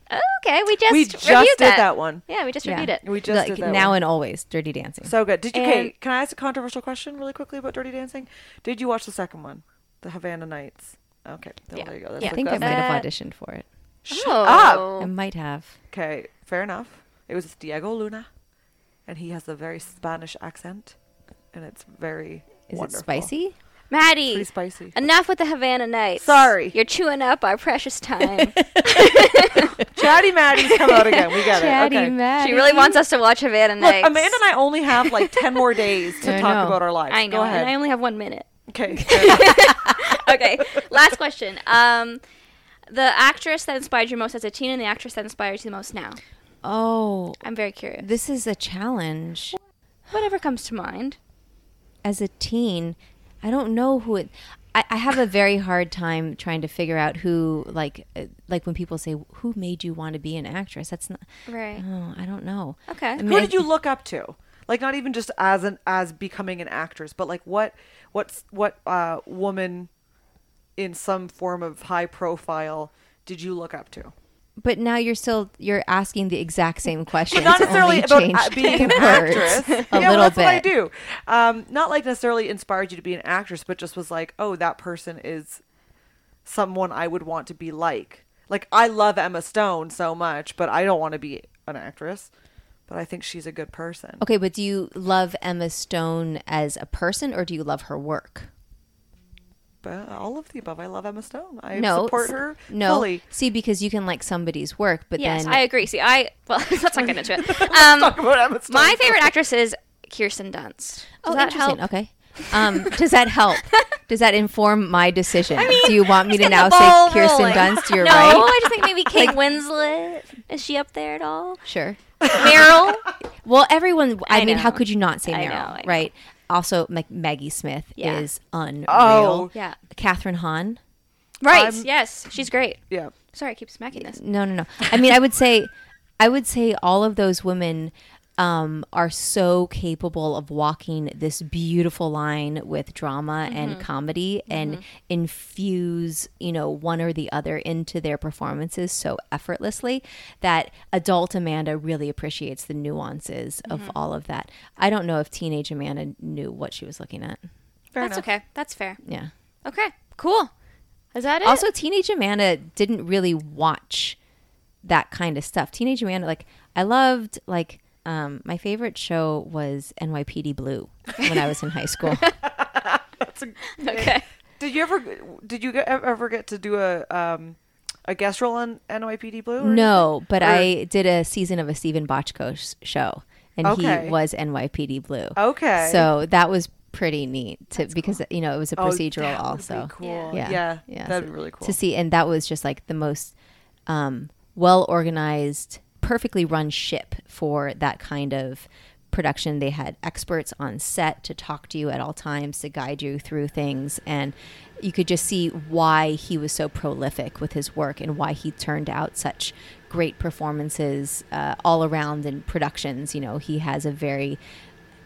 C: Okay, we just
A: we
C: reviewed
A: just did that.
C: that.
A: one.
C: Yeah, we just
B: Yeah.
C: reviewed it.
A: We just
B: like
A: did that
B: now
A: one.
B: and always. Dirty Dancing.
A: so good. Did you? Okay,
C: And-
A: can I ask a controversial question really quickly about Dirty Dancing? Did you watch the second one, The Havana Nights? Okay, well,
C: Yeah.
A: there you go. That's
B: I
A: what
B: think I
A: goes.
B: might have
C: Uh,
B: auditioned for it.
A: Shut up.
C: Oh.
B: I might have.
A: Okay, fair enough. It was Diego Luna, and he has a very Spanish accent, and it's very
B: Is
A: wonderful.
B: it spicy?
C: Maddie.
A: Pretty spicy.
C: Enough with the Havana Nights.
A: Sorry.
C: You're chewing up our precious time.
A: Chatty Maddie's come out again. We got it. Okay.
C: she really wants us to watch Havana
A: Look,
C: Nights.
A: Amanda and I only have like 10 more days to
B: I
A: talk
B: know.
A: about our lives.
C: I know,
A: Go
C: and I
A: ahead.
C: only have one minute.
A: Okay. fair enough.
C: okay, last question. Um, the actress that inspired you most as a teen and the actress that inspires you the most now.
B: Oh,
C: I'm very curious.
B: this is a challenge.
C: Whatever comes to mind.
B: as a teen, I don't know who it. I, I have a very hard time trying to figure out who, like, uh, like when people say, "Who made you want to be an actress?" That's not.
C: Right.
B: Oh, I don't know.
C: Okay.
B: I
A: Who
B: mean,
A: did you look up to? Like not even just as an as becoming an actress, but like what what's what uh woman in some form of high profile did you look up to?
B: but now you're still you're asking the exact same question.
A: Not
B: It's
A: necessarily
B: only
A: about
B: changed
A: a- being an
B: words
A: actress.
B: A
A: yeah,
B: little
A: well, that's
B: bit.
A: what I do. Um, not like necessarily inspired you to be an actress, but just was like, oh, that person is someone I would want to be like. Like I love Emma Stone so much, but I don't want to be an actress. but I think she's a good person.
B: Okay, but do you love Emma Stone as a person or do you love her work?
A: But all of the above. I love Emma Stone. I
B: no,
A: support
B: s-
A: her
B: no.
A: fully.
B: See, because you can like somebody's work, but
C: Yes,
B: then
C: I agree. See, I well, let's not get into it. Um,
A: But Emma Stone.
C: my favorite actress is Kirsten Dunst. Does
B: oh,
C: that
B: interesting.
C: help?
B: Okay, um, does that help? Does that inform my decision? do you want me to
C: Getting
B: now
C: the ball
B: say Kirsten
C: rolling.
B: Dunst? You're
C: no,
B: right.
C: I just think maybe Kate Winslet. Is she up there at all?
B: Sure.
C: Meryl.
B: Well, everyone. I,
C: I
B: mean, how
C: know.
B: could you not say
C: I
B: Meryl,
C: know, I know.
B: right? Also, like Maggie Smith
C: Yeah.
B: is unreal.
A: Oh.
C: Yeah.
B: Catherine Hahn.
C: Right.
A: I'm-
C: yes, she's great.
A: yeah.
C: Sorry, I keep smacking this.
B: No, no, no. I mean, I would say, I would say all of those women um, are so capable of walking this beautiful line with drama and comedy and infuse, you know, one or the other into their performances so effortlessly that adult Amanda really appreciates the nuances of all of that. I don't know if teenage Amanda knew what she was looking at.
A: Fair
C: That's
A: enough.
C: okay. That's fair.
B: Yeah.
C: Okay. Cool. Is that it?
B: Also, teenage Amanda didn't really watch that kind of stuff. Teenage Amanda, like I loved, like um, my favorite show was NYPD Blue when I was in high school.
A: That's a,
C: okay.
A: Did you ever did you get- ever get to do a um a guest role on NYPD Blue? or
B: no, but
A: Or-
B: I did a season of a Stephen Bochco sh- show, and
A: Okay.
B: he was NYPD Blue.
A: Okay.
B: so that was pretty neat to because you know it was a
A: Oh,
B: procedural
A: that would be
B: also.
A: cool.
B: Yeah.
A: Yeah.
B: Yeah,
A: That'd
B: so-
A: be really cool.
B: to see and that was just like the most um, well organized perfectly run ship for that kind of production they had experts on set to talk to you at all times to guide you through things and you could just see why he was so prolific with his work and why he turned out such great performances uh, all around in productions you know he has a very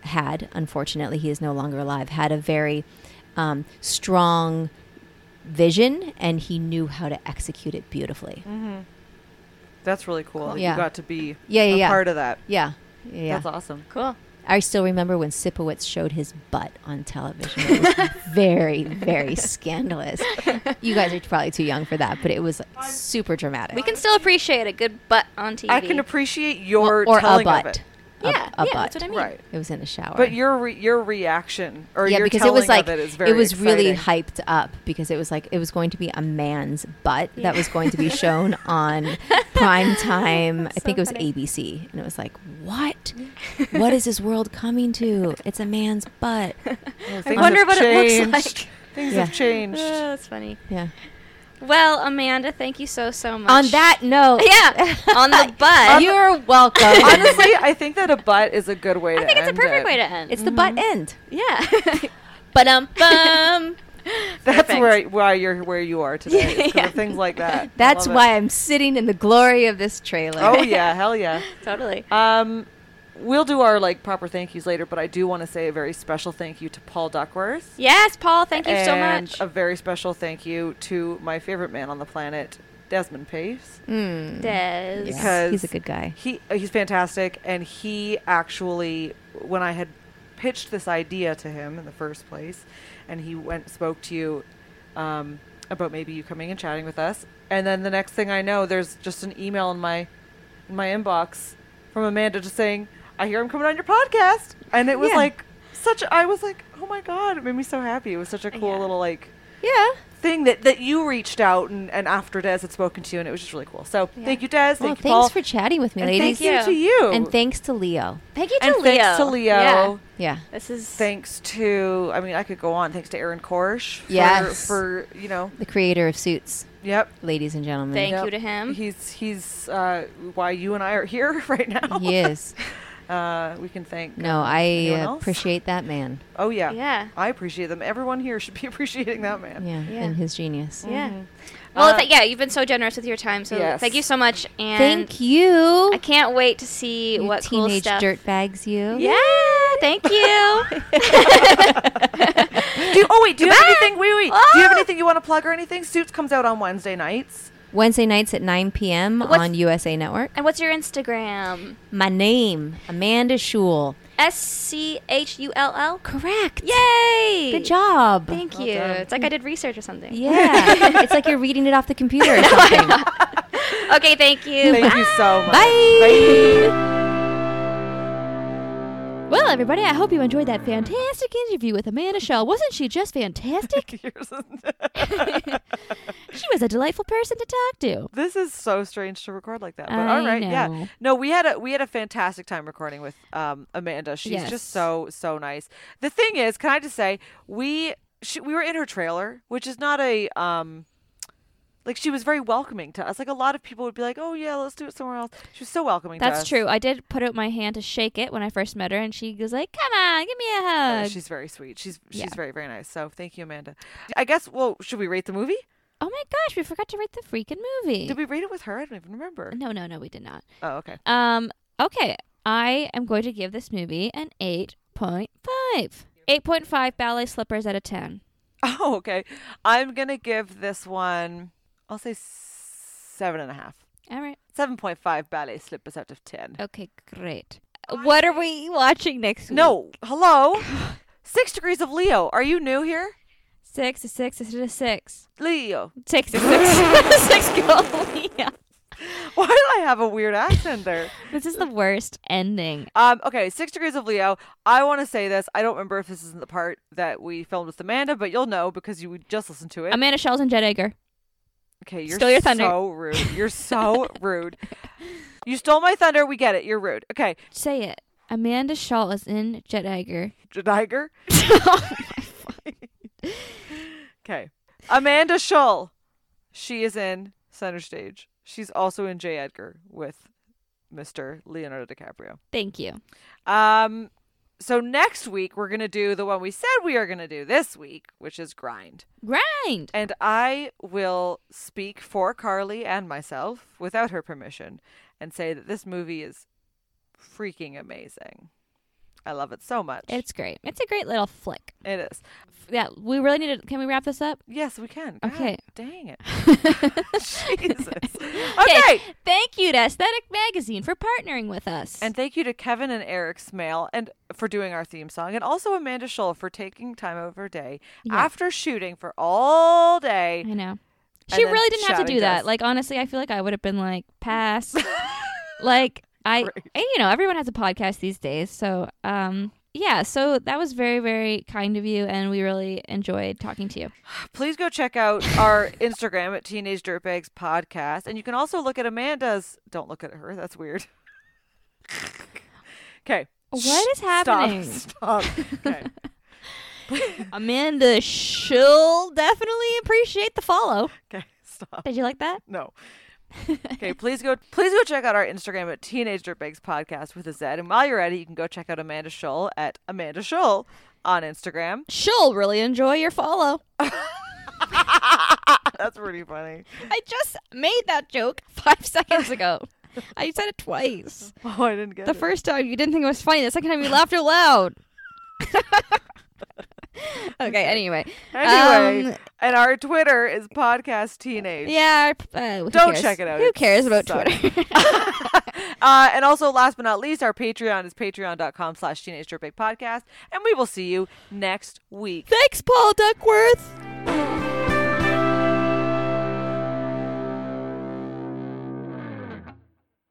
B: had unfortunately he is no longer alive had a very um, strong vision and he knew how to execute it beautifully.
A: Mm-hmm. That's really cool. that
B: Yeah.
A: You got to be
B: Yeah, yeah,
A: a
B: yeah.
A: part of that.
B: Yeah. Yeah. yeah.
A: That's awesome.
C: Cool.
B: I still remember when Sipowicz showed his butt on television. It was very, very scandalous. You guys are probably too young for that, but it was like, super dramatic.
C: We can still appreciate a good butt on TV.
A: I can appreciate your
B: or a
A: telling of
B: butt.
A: it.
B: A-
C: Yeah,
B: a, butt.
C: yeah, that's what I mean.
A: Right.
B: It was in the shower.
A: But your re- your reaction or
B: yeah,
A: your
B: because it
A: telling
B: was like
A: of it
B: it,
A: is very
B: was really
A: exciting.
B: hyped up because it was like it was going to be a man's butt that was going to be shown on prime time. I think it was ABC, and it was like, what? what is this world coming to? It's a man's butt.
A: Things
C: wonder
A: have
C: what it looks
A: changed.
C: like.
A: Things
B: Yeah.
A: have changed.
C: Oh, that's funny.
B: Yeah.
C: Well, Amanda, thank you so so much.
B: On that note,
C: yeah, on the butt.
B: you're welcome.
A: Honestly, I think that a butt is a good way to
C: I think it's a
A: end
C: perfect
A: it.
C: way to end.
B: it's the butt
A: Mm-hmm.
B: end.
C: yeah.
B: But um, bum.
A: That's
C: Perfect.
A: where why you're where you are today.
C: Yeah,
A: 'cause
C: yeah.
A: of things like that. I
B: That's
A: love it.
B: why I'm sitting in the glory of this trailer.
A: Oh yeah, hell yeah.
C: totally.
A: Um, we'll do our like proper thank yous later, but I do want to say a very special thank you to Paul Duckworth.
C: Yes, Paul. Thank you so
A: and
C: much.
A: a very special thank you to my favorite man on the planet, Desmond Pace.
B: Mm.
C: Des.
B: Yeah,
A: Because-
B: he's a good guy.
A: He uh, he's fantastic, and he actually, when I had pitched this idea to him in the first place, and he went spoke to you um, about maybe you coming and chatting with us, and then the next thing I know, there's just an email in my in my inbox from Amanda just saying, "I hear I'm coming on your podcast," and it was
B: Yeah.
A: like such. I was like, "Oh my god!" It made me so happy. It was such a cool
C: Yeah.
A: little like
B: Yeah.
A: thing that, that you reached out and, and after Des had spoken to you and it was just really cool. So thank you Des, thank
B: Well,
A: you
B: thanks
A: Paul,
B: for chatting with me,
A: and
B: ladies.
A: thank you
C: Thank
A: to you.
B: And thanks to Leo.
C: Thank you to
A: And
C: Leo.
A: thanks to Leo.
C: Yeah.
B: Yeah.
C: This is
A: Thanks to I mean I could go on. Thanks to Aaron Korsh for,
B: Yes.
A: for you know,
B: The creator of Suits,
A: yep.
B: ladies and gentlemen.
C: Thank
A: Yep.
C: you to him.
A: He's he's uh, why you and I are here right now.
B: He is.
A: Uh, we can thank
B: No,
A: um, anyone
B: I
A: else?
B: appreciate that man.
A: Oh yeah.
C: Yeah.
A: I appreciate them. Everyone here should be appreciating that man. Mm-hmm.
B: Yeah,
C: Yeah.
B: and his genius.
C: Yeah. Well,
A: Uh,
C: th- yeah, you've been so generous with your time. So
A: Yes.
C: thank you so much. And
B: Thank you.
C: I can't wait to see
B: you
C: what cool
B: teenage
C: stuff.
B: dirtbags you.
C: Yeah. Thank you.
A: Do you, oh wait, do you have
C: Goodbye.
A: anything wait, wait. Do you have
C: Oh.
A: anything you want to plug or anything? Suits comes out on Wednesday nights.
B: Wednesday nights at 9 p.m.
C: What's-
B: on USA Network.
C: and what's your Instagram?
B: My name, Amanda Shule.
C: S C H U L L.
B: Correct.
C: Yay!
B: Good job.
C: Thank
A: Well
C: you.
A: done.
C: It's like I did research or something.
B: Yeah. it's like you're reading it off the computer or something.
C: Okay, thank you.
A: Thank you so much.
B: Bye.
A: Bye.
C: everybody, I hope you enjoyed that fantastic interview with Amanda Shell. Wasn't she just fantastic?
A: Here's
C: she was a delightful person to talk to.
A: this is so strange to record like that. But
C: I
A: all right, yeah.
C: know.
A: No, we had a we had a fantastic time recording with um Amanda. She's
C: Yes.
A: just so so nice. The thing is, can I just say we she, we were in her trailer, which is not a um like she was very welcoming to us. Like a lot of people would be like, "Oh yeah, let's do it somewhere else." She was so welcoming. to
C: That's
A: us.
C: true. I did put out my hand to shake it when I first met her, and she was like, "Come on, give me a
A: Uh,
C: hug."
A: she's very sweet. She's she's
C: yeah.
A: very very nice. So thank you, Amanda. I guess. Well, should we rate the movie?
C: oh my gosh, we forgot to rate the freaking movie.
A: Did we rate it with her? I don't even remember.
C: No, no, no, we did not.
A: Oh, okay.
C: Um, okay. I am going to give this movie an 8.5. 8.5 ballet slippers out of 10.
A: Oh, okay. I'm gonna give this one. I'll say seven and a half.
C: All right.
A: Seven point five ballet slippers out of ten.
C: Okay, great. What are we watching next week?
A: No, hello. Six degrees of Leo. Are you new here,
C: Six is six is a six.
A: Leo?
C: Six is six. six goal. Yeah.
A: Why did I have a weird accent there?
C: This is the worst ending.
A: Um, okay, Six Degrees of Leo. I want to say this. I don't remember if this isn't the part that we filmed with Amanda, but you'll know because you just listened to it.
C: Amanda Shells and Jed Edgar.
A: Okay, you're
C: Stole your thunder.
A: so rude. You're so rude. You stole my thunder. We get it. You're rude. Okay,
C: Say it. Amanda Shaw is in Jed Edgar.
A: Tiger. Okay, Amanda Schull. She is in center stage. She's also in J. Edgar with Mr. Leonardo DiCaprio.
C: Thank you.
A: Um, so next week we're gonna do the one we said we are gonna do this week, which is grind.
C: Grind.
A: And I will speak for Carly and myself without her permission and say that this movie is freaking amazing. I love it so much.
C: It's great. It's a great little flick.
A: it is.
C: Yeah, we really need to. Can we wrap this up?
A: Yes, we can. God
C: Okay.
A: Dang it. Jesus.
C: Okay.
A: Okay.
C: Thank you to Aesthetic Magazine for partnering with us.
A: And thank you to Kevin and Eric Smale and for doing our theme song, and also Amanda Scholl for taking time out of her day
C: Yeah.
A: after shooting for all day.
C: I know.
A: And
C: She
A: then
C: really didn't have to
A: shouting
C: do
A: to us.
C: that. Like honestly, I feel like I would have been like pass. like I and you know, everyone has a podcast these days, so um yeah, so that was very very kind of you and we really enjoyed talking to you.
A: Please go check out our Instagram at Teenage Dirtbags Podcast, and you can also look at Amanda's. Don't look at her. That's weird. okay.
C: What is happening?
A: Stop. Stop. Okay.
C: Amanda she'll definitely appreciate the follow.
A: Okay. Stop.
C: Did you like that?
A: No. okay, please go please go check out our Instagram at Teenage Dirtbags Podcast with a Z. And while you're at it, you can go check out Amanda Scholl at Amanda Scholl on Instagram.
C: She'll really enjoy your follow.
A: That's pretty funny.
C: I just made that joke 5 seconds ago. I said it twice.
A: Oh, I didn't get
C: The
A: it.
C: first time you didn't think it was funny. The second time you laughed out loud. okay. Anyway.
A: Anyway,
C: Um,
A: and our Twitter is Podcast Teenage.
C: yeah. Uh, who
A: Don't
C: cares?
A: check it out.
C: Who
A: It
C: cares about
A: sucks.
C: Twitter?
A: Uh, and also, last but not least, our Patreon is patreon.com slash Teenage Dirtbag Podcast. And we will see you next week.
C: Thanks, Paul Duckworth.